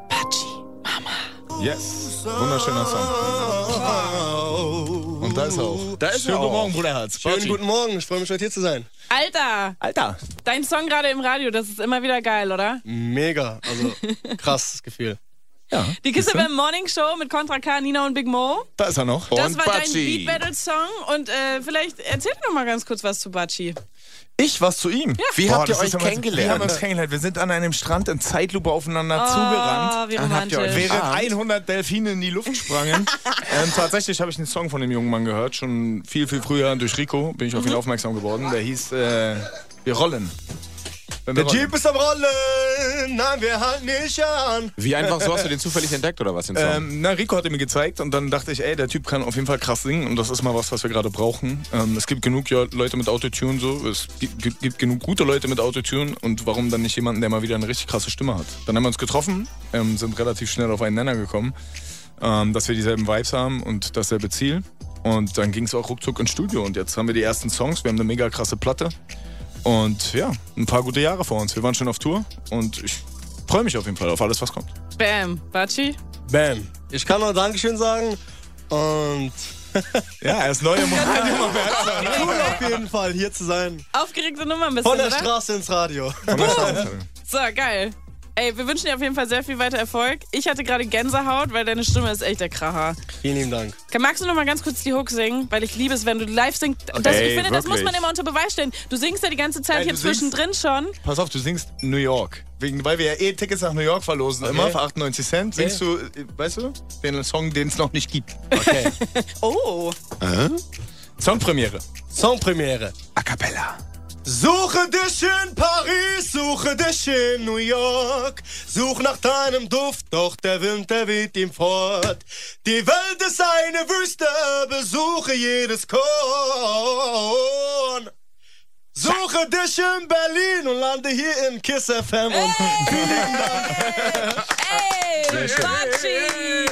Baci, Mama. Yes, wunderschöner
oh,
Song. Und da ist er auch.
Da ist
Schönen
er
guten
auch.
Morgen, Bruderherz.
oh. Schönen
Baci.
guten Morgen, ich freue mich, heute hier zu sein.
Alter,
Alter.
dein Song gerade im Radio, das ist immer wieder geil, oder?
Hm?
Mega, also krasses Gefühl.
Die Kiss FM Morning Show mit Contra K, Nina und Big Mo.
Da ist er noch.
Das war dein Beat Battle Song und äh, vielleicht erzähl doch mal ganz kurz was zu Bachi.
Ich was zu ihm.
Wie habt ihr
das ist
euch
immer-
kennengelernt?
Wir haben uns kennengelernt. Wir sind an einem Strand in Zeitlupe aufeinander
Oh,
zugerannt.
wie Dann habt ihr euch romantisch.
während
umarmt.
100 Delfine in die Luft sprangen. ähm, tatsächlich habe ich einen Song von dem jungen Mann gehört. Schon viel, viel früher durch Rico bin ich
Mhm.
auf ihn aufmerksam geworden. Der hieß äh, Wir rollen. Wenn wir
Der
rollen.
Jeep ist am Rollen, nein, wir halten nicht an.
Wie einfach so hast du den zufällig entdeckt oder was den Song?
Ähm, na, Rico hat ihn mir gezeigt und dann dachte ich, ey, der Typ kann auf jeden Fall krass singen und das ist mal was, was wir gerade brauchen. Ähm, es gibt genug ja, Leute mit Autotune so, es gibt, gibt, gibt genug gute Leute mit Autotune und warum dann nicht jemanden, der mal wieder eine richtig krasse Stimme hat? Dann haben wir uns getroffen, ähm, sind relativ schnell auf einen Nenner gekommen, ähm, dass wir dieselben Vibes haben und dasselbe Ziel. Und dann ging es auch ruckzuck ins Studio und jetzt haben wir die ersten Songs, wir haben eine mega krasse Platte und ja, ein paar gute Jahre vor uns. Wir waren schon auf Tour und ich freue mich auf jeden Fall auf alles, was kommt.
Bam, Bachi.
Bam. Ich kann nur Dankeschön sagen und
Ja, er ist neu im Radio.
cool auf jeden Fall hier zu sein.
Aufgeregte Nummer ein bisschen,
Von der
oder?
Straße ins Radio.
So, geil. Ey, wir wünschen dir auf jeden Fall sehr viel weiter Erfolg. Ich hatte gerade Gänsehaut, weil deine Stimme ist echt der Kracher.
Vielen lieben Dank.
Magst du noch mal ganz kurz die Hook singen? Weil ich liebe es, wenn du live singst. Das, ich
Ey,
finde, das muss
wirklich.
man immer unter Beweis stellen. Du singst ja die ganze Zeit
Ey,
hier
du singst-
zwischendrin schon.
Pass auf, du singst New York. Wegen, weil wir ja eh Tickets nach New York verlosen, immer für 98 Cent. Singst du, äh, weißt du, den Song, den es noch nicht gibt. Okay.
Oh.
Songpremiere.
Songpremiere.
A cappella.
Suche dich in Paris, suche dich in New York. Such nach deinem Duft, doch der Winter weht ihm fort. Die Welt ist eine Wüste, besuche jedes Korn. Suche dich in Berlin und lande hier in Kiss FM. Und
Ey, Bachi. Sehr geil.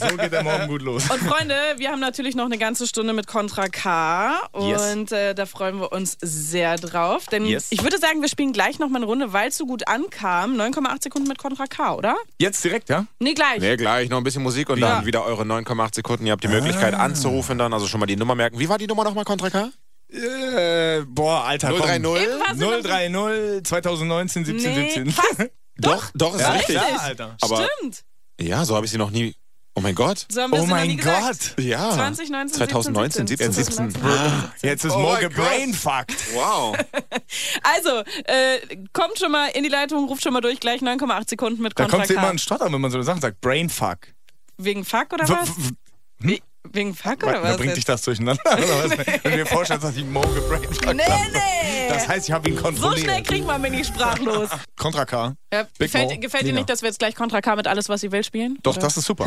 So geht der Morgen gut los.
Und Freunde, wir haben natürlich noch eine ganze Stunde mit Contra K
Yes.
und äh, da freuen wir uns sehr drauf, denn
Yes.
ich würde sagen, wir spielen gleich noch mal eine Runde, weil es so gut ankam. 9,8 Sekunden mit Contra K, oder?
Jetzt direkt, ja?
Nee, gleich.
Nee, gleich noch ein bisschen Musik und
Ja.
dann wieder eure 9,8 Sekunden. Ihr habt die Möglichkeit anzurufen dann, also schon mal die Nummer merken. Wie war die Nummer nochmal, Contra K?
Äh, boah, Alter. komm.
030?
Irgendwas in der-
030 2019 17
Nee,
17.
fast.
Doch, doch, ist
Ja,
richtig.
ja, Alter.
Aber
Stimmt.
ja, so habe ich sie noch nie Oh mein Gott.
So haben wir
Oh
sie noch nie
mein
gesagt.
Gott.
Ja.
20, 19,
2019,
17,
17.
17.
Ah,
Jetzt ist
Oh
Moge
mein Gott.
brainfucked.
Wow.
Also, äh, kommt schon mal in die Leitung, ruft schon mal durch, gleich 9,8 Sekunden mit
Da kommt
Kontra
immer
K.
ein Stottern, wenn man so eine Sache sagt. Brainfuck.
Wegen Fuck oder was? Wegen Fuck oder
Da
was?
bringt dich
jetzt?
das durcheinander. Oder was? Wenn du mir vorstellst, dass ich Moge brainfucked
Nee,
habe.
nee.
Das heißt, ich habe ihn
so schnell
kontrolliert.
kriegt man mich nicht sprachlos.
Kontra K.
Ja,
Big Mo,
gefällt gefällt dir
Nina.
nicht, dass wir jetzt gleich Kontra K mit alles, was sie will, spielen?
Doch, das ist super.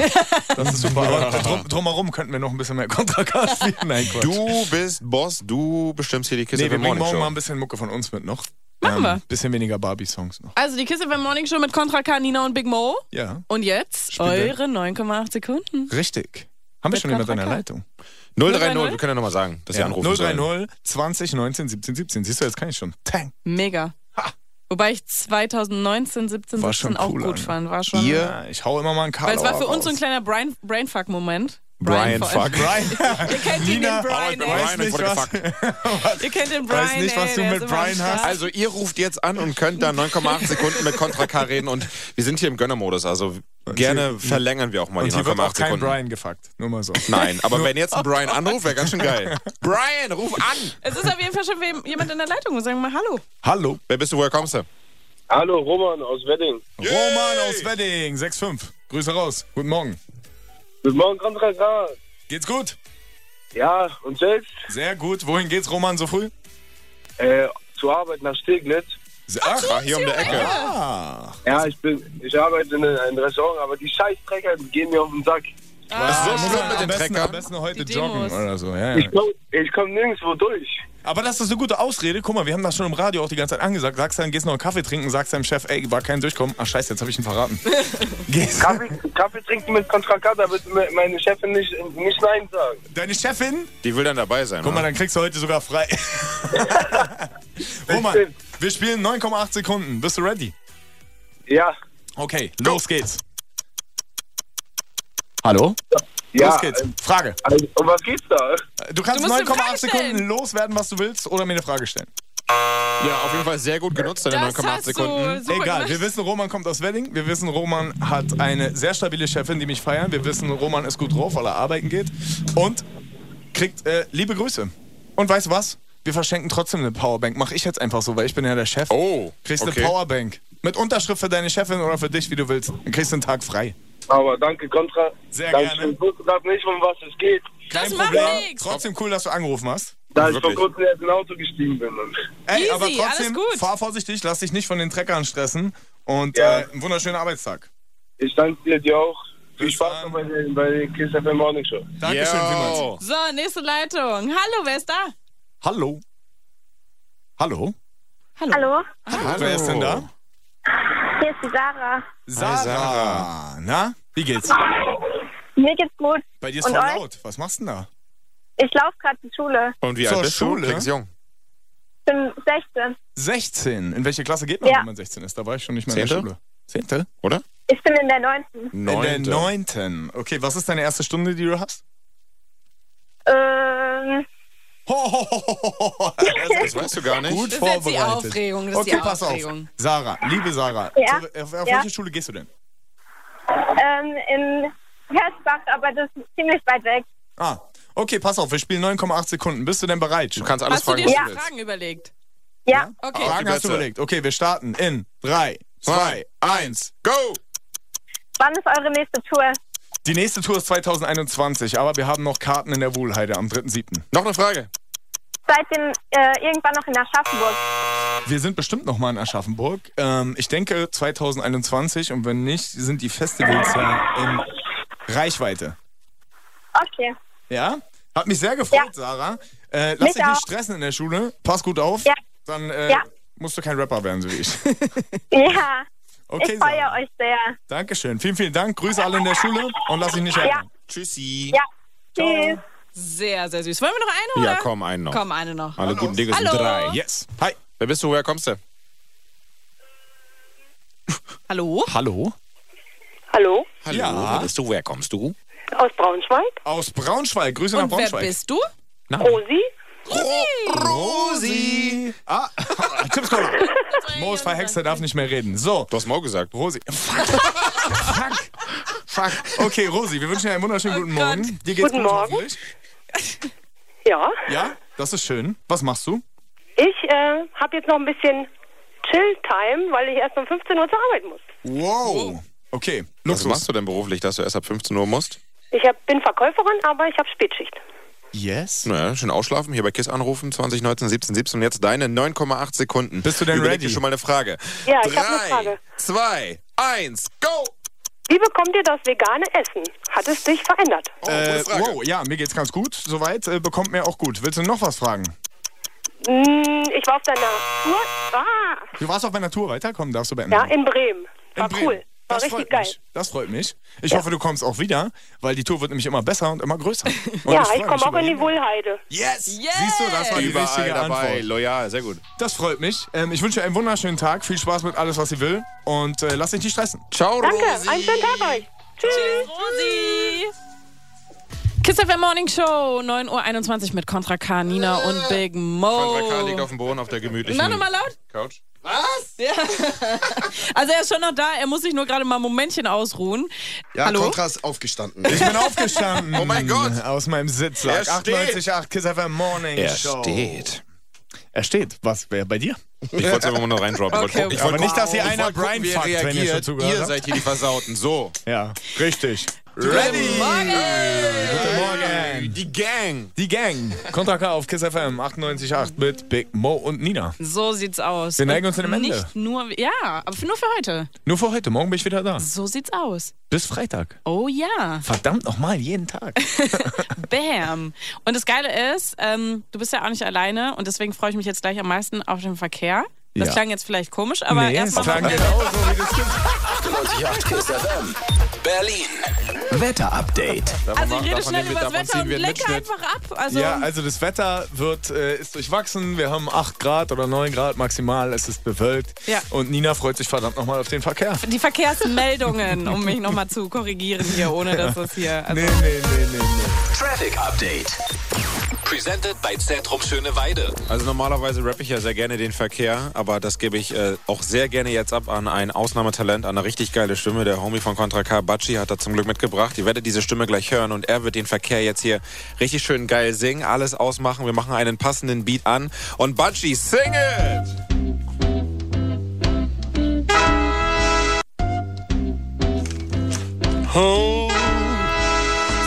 Das ist super. Aber drum, drumherum könnten wir noch ein bisschen mehr Kontra K spielen. Nein, Quatsch.
Du bist Boss, du bestimmst hier die Kiss
nee,
FM
wir bringen
Morning
morgen
Show.
mal ein bisschen Mucke von uns mit noch. Ähm,
Machen wir.
Bisschen weniger Barbie-Songs noch.
Also, die Kiss FM Morning Show mit Kontra K, Nina und Big Mo.
Ja.
Und jetzt
Spiel
eure 9,8 Sekunden.
Richtig. Haben wir
Mit
schon jemanden in der
Kontra K.
Leitung?
030, wir können ja nochmal sagen, dass ihr anrufen sollt.
030 20 19 17 17. Siehst du, jetzt kann ich schon. Tang.
Mega. Wobei ich 2019, 17,
War schon
17 auch
cool,
gut
Alter.
fand. War schon.
Ihr, ich hau immer mal einen Karl
Weil es war für uns so ein kleiner Brain, Brainfuck-Moment.
Brian,
vor allem.
fuck.
Ihr kennt den, den
Nina,
Oh, ich
Brian,
bin
ey.
Brian, ich wurde
was-
gefuckt.
Ihr kennt den Brian,
Weiß nicht, was
ey,
du
der
mit
ist immer am
Brian hast.
Start.
Also ihr ruft jetzt an und könnt dann 9,8 Sekunden mit Kontra K reden und wir sind hier im Gönnermodus, also gerne verlängern wir auch mal
Und
die
hier wird auch
9,8
kein
Sekunden.
Brian gefuckt. Nur mal so.
Nein, aber wenn jetzt ein Brian anruft, wäre ganz schön geil. Brian, ruf an!
Es ist auf jeden Fall schon wem, jemand in der Leitung und sagen mal Hallo.
Hallo.
Wer bist du, woher kommst du?
Hallo, Roman aus Wedding.
Roman aus Wedding, 6'5. Grüße raus. Guten Morgen.
Guten Morgen, Kontra K.
Geht's gut?
Ja, und selbst
Sehr gut. Wohin geht's, Roman, so früh?
äh, zur Arbeit nach Steglitz.
Ach,
Ach, hier um der Ecke.
ah.
Ja, ich bin, ich arbeite in einem Restaurant, aber die Scheißtrecker gehen mir auf den Sack.
So
Muss
schlimm
man
mit
am
den
besten, am
Treckern.
besten heute
Die
joggen
Demos.
oder so. Ja, ja.
Ich komme ich komm nirgendwo durch.
Aber das ist eine gute Ausrede. Guck mal, wir haben das schon im Radio auch die ganze Zeit angesagt. Sagst dann, gehst noch einen Kaffee trinken, sagst deinem Chef, ey, war kein Durchkommen. Ach scheiße, jetzt habe ich ihn verraten. gehst.
Kaffee, Kaffee trinken mit Kontra K, da wird mir meine Chefin nicht, nicht Nein sagen.
Deine Chefin?
Die will dann dabei sein.
Guck mal,
ne?
dann kriegst du heute sogar frei. Roman, wir spielen 9,8 Sekunden. Bist du ready?
Ja,
Okay, los geht's. Hallo?
ja.
los geht's. Frage.
Also, um was geht's da?
Du kannst
Du musst eine
9,8
Frage stellen.
Sekunden loswerden, was du willst, oder mir eine Frage stellen.
Ja, auf jeden Fall sehr gut genutzt, deine
Das
9,8
hast
Sekunden.
du super
Egal,
gemacht.
wir wissen, Roman kommt aus Wedding. Wir wissen, Roman hat eine sehr stabile Chefin, die mich feiern. Wir wissen, Roman ist gut drauf, weil er arbeiten geht. Und kriegt äh, liebe Grüße. Und weißt du was? Wir verschenken trotzdem eine Powerbank. Mach ich jetzt einfach so, weil ich bin ja der Chef.
Oh,
Kriegst
okay.
eine Powerbank. Mit Unterschrift für deine Chefin oder für dich, wie du willst. Dann kriegst du einen Tag frei.
Aber danke, Kontra.
Sehr
danke.
gerne.
Ich wusste gerade nicht, um was es geht,
Das macht nichts.
Trotzdem cool, dass du angerufen hast.
da ich vor
Wirklich.
kurzem erst in ein Auto gestiegen bin. Und
Ey,
Easy,
aber trotzdem,
alles gut.
fahr vorsichtig, lass dich nicht von den Treckern stressen. Und
Ja.
äh, einen wunderschönen Arbeitstag.
ich danke dir, dir auch. Viel
Bis
Spaß
dann.
noch bei der, bei der Kiss FM Morning Show.
Dankeschön
Yo.
vielmals.
So, nächste Leitung. Hallo, wer ist da?
Hallo. Hallo?
Hallo,
Hallo.
Wer ist denn da?
hier ist die Sarah.
Sarah. Na, wie geht's?
Mir geht's gut.
Bei dir ist
Ah. Und
voll
euch?
laut. Was machst du denn da?
Ich laufe gerade zur Schule.
Und wie
Zur
alt bist du?
Schule?
Klingt jung.
Ich bin 16.
16. In welche Klasse geht man,
Ja.
wenn man 16 ist? Da war ich schon nicht mehr in
Zehnte?
der Schule. Zehnte?
Oder?
Ich bin in der 9.
In der neunten. Okay, was ist deine erste Stunde, die du hast?
Ähm,
Ho, ho, ho, ho, ho. Das
Also, Das weißt du gar nicht.
Gut
Das ist jetzt die
vorbereitet.
Aufregung, das ist
okay,
die
pass
Aufregung.
auf. Sarah, liebe Sarah,
Ja?
zu, auf, auf
Ja?
welche Schule gehst du denn?
ähm, in Herzbach, aber das ist ziemlich weit weg.
Ah, okay, pass auf, wir spielen 9,8 Sekunden. Bist du denn bereit?
Du kannst alles
Hast du
fragen,
dir
was
Ja.
du willst.
Fragen überlegt?
Ja,
Okay.
Auf die
Fragen hast du
Plätze.
überlegt. Okay, wir starten in 3, 2, 1.
Go!
wann ist eure nächste Tour?
Die nächste Tour ist 2021, aber wir haben noch Karten in der Wuhlheide am 3.7.
Noch eine Frage.
Seid ihr äh, irgendwann noch in Aschaffenburg?
Wir sind bestimmt nochmal in Aschaffenburg. Ähm, ich denke 2021 und wenn nicht, sind die Festivals ja in Reichweite.
Okay.
Ja? Hat mich sehr gefreut,
Ja.
Sarah. Äh, lass
Mich
dich nicht
auch.
stressen in der Schule. Pass gut auf.
Ja.
Dann äh,
Ja.
musst du kein Rapper werden, so wie ich.
Ja,
Okay,
ich freue
Sarah.
euch sehr.
Dankeschön. Vielen, vielen Dank. Grüße alle in der Schule und lass dich nicht ärgern.
Tschüssi.
Ja, tschüss.
Sehr, sehr süß. Wollen wir noch eine, oder?
Ja, komm, einen noch.
Komm, eine noch.
Alle guten Dinge sind
Hallo.
drei. Ja.
Yes. Hi.
Wer bist du? Woher kommst du?
Hallo?
Hallo.
Hallo,
Hallo,
Ja.
wer bist du? Woher kommst du?
aus Braunschweig.
Aus Braunschweig. Grüße nach
Und wer
Braunschweig.
bist du?
Rosi?
Rosi. Ah, Tipps Cola. Mo ist verhext, der darf nicht mehr reden. So,
Du hast Mau gesagt.
Rosi. Fuck. Fuck. Fuck. Okay, Rosi, wir wünschen dir einen wunderschönen guten Morgen. Dir geht's
Guten
gut,
Morgen.
hoffentlich.
Ja,
Ja, das ist schön. Was machst du?
ich äh, habe jetzt noch ein bisschen Chill-Time, weil ich erst um 15 Uhr zur Arbeit muss.
Wow. Okay,
Was machst du denn beruflich, dass du erst ab 15 Uhr musst?
Ich hab, bin Verkäuferin, aber ich habe Spätschicht.
Yes. Naja, schön ausschlafen, hier bei KISS anrufen, 20, 19, 17, 17 und jetzt deine 9,8 Sekunden. Bist du
denn
Überleg
ready?
dir schon mal eine Frage.
Ja, ich habe eine
Drei,
Frage.
zwei, eins, go!
Wie bekommt ihr das vegane Essen? Hat es dich verändert?
Oh,
Äh, wow, ja, mir geht's ganz gut. Soweit äh, bekommt mir auch gut. Willst du noch was fragen?
Mm, ich war auf deiner Tour. Ah,
Du warst auf meiner Tour weiter? Komm, darfst du beenden.
ja, in Bremen.
In
War
Bremen.
cool. War
Das
richtig
freut
geil.
mich. Das freut mich. Ich hoffe, du kommst auch wieder, weil die Tour wird nämlich immer besser und immer größer. Und
ja,
freu
ich
mich
komme auch
über
in die
jeden.
Wohlheide.
Yes! Siehst du, das war die
Überall
richtige
dabei,
Antwort.
loyal, sehr gut.
Das freut mich. Ähm, ich wünsche dir einen wunderschönen Tag, viel Spaß mit alles, was sie will und äh, lass dich nicht stressen. Ciao,
Danke, einen schönen Tag euch. Tschüss.
Rosi. Kiss FM Morning Show, 9.21 Uhr mit Contra K, Nina und Big Mo.
Kontra K liegt auf dem Boden auf der gemütlichen
Na, nochmal laut?
Couch.
Ja. Also er ist schon noch da, er muss sich nur gerade mal ein Momentchen ausruhen.
Ja,
Hallo?
Kontra ist aufgestanden.
Ich bin aufgestanden.
Oh mein Gott.
Aus meinem Sitzsack.
Er steht.
98,8 Kiss FM Morning
Er
Show.
steht.
Er steht. Was wäre bei dir?
Ich wollte es einfach mal noch reindroppen.
Okay, okay. Aber nicht, dass hier einer Brian
Brian
fuckt, wenn ihr schon zugehört
Ihr
habt.
seid hier die Versauten, so.
Ja, richtig.
Ready!
Guten Morgen.
Die Gang.
Die Gang. Kontra K auf Kiss FM 98,8 mit Big Mo und Nina.
So sieht's aus.
Wir neigen
Und
uns dem Ende.
Nicht nur, ja, aber für- nur für heute.
Nur für heute, morgen bin ich wieder da.
So sieht's aus.
Bis Freitag.
Oh ja,
Verdammt nochmal, jeden Tag.
bam. Und das Geile ist, ähm, du bist ja auch nicht alleine und deswegen freue ich mich jetzt gleich am meisten auf den Verkehr. Das
Ja.
klang jetzt vielleicht komisch, aber
Nee,
erstmal.
es klang
noch-
genau
genauso, 98.8 Kiss FM. Berlin. Wetterupdate.
Also ich rede schnell über das Wetter und lenke einfach ab. Also
ja, also das Wetter wird, äh, ist durchwachsen. Wir haben 8 Grad oder 9 Grad maximal. Es ist bewölkt.
Ja.
Und Nina freut sich verdammt nochmal auf den Verkehr.
die Verkehrsmeldungen, um mich nochmal zu korrigieren hier, ohne dass das hier. Also,
Nee, nee, nee, nee, nee.
Traffic Update. Presented bei Zentrum Schöneweide.
Also normalerweise rappe ich ja sehr gerne den Verkehr, aber das gebe ich äh, auch sehr gerne jetzt ab an ein Ausnahmetalent, an eine richtig geile Stimme. Der Homie von Contra K, Batschi, hat da zum Glück mitgebracht. Ihr werdet diese Stimme gleich hören und er wird den Verkehr jetzt hier richtig schön geil singen, alles ausmachen. Wir machen einen passenden Beat an und Batschi, sing it!
Oh,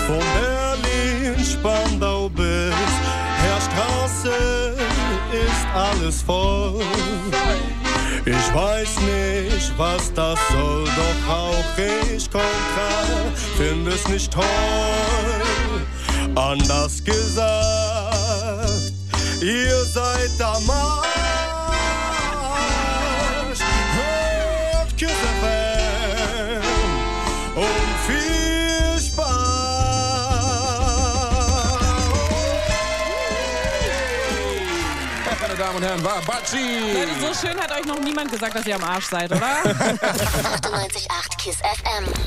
von Berlin, Spandau bis Herrstraße ist alles voll. Ich weiß nicht, was das soll, doch auch ich kontra, finde es nicht toll. Anders gesagt, ihr seid am Arsch. Hört Kiss FM und viel Spaß.
Meine Damen und Herren, war Batschi!
Leute, so schön hat euch noch niemand gesagt, dass ihr am Arsch seid, oder?
98.8 KISS FM.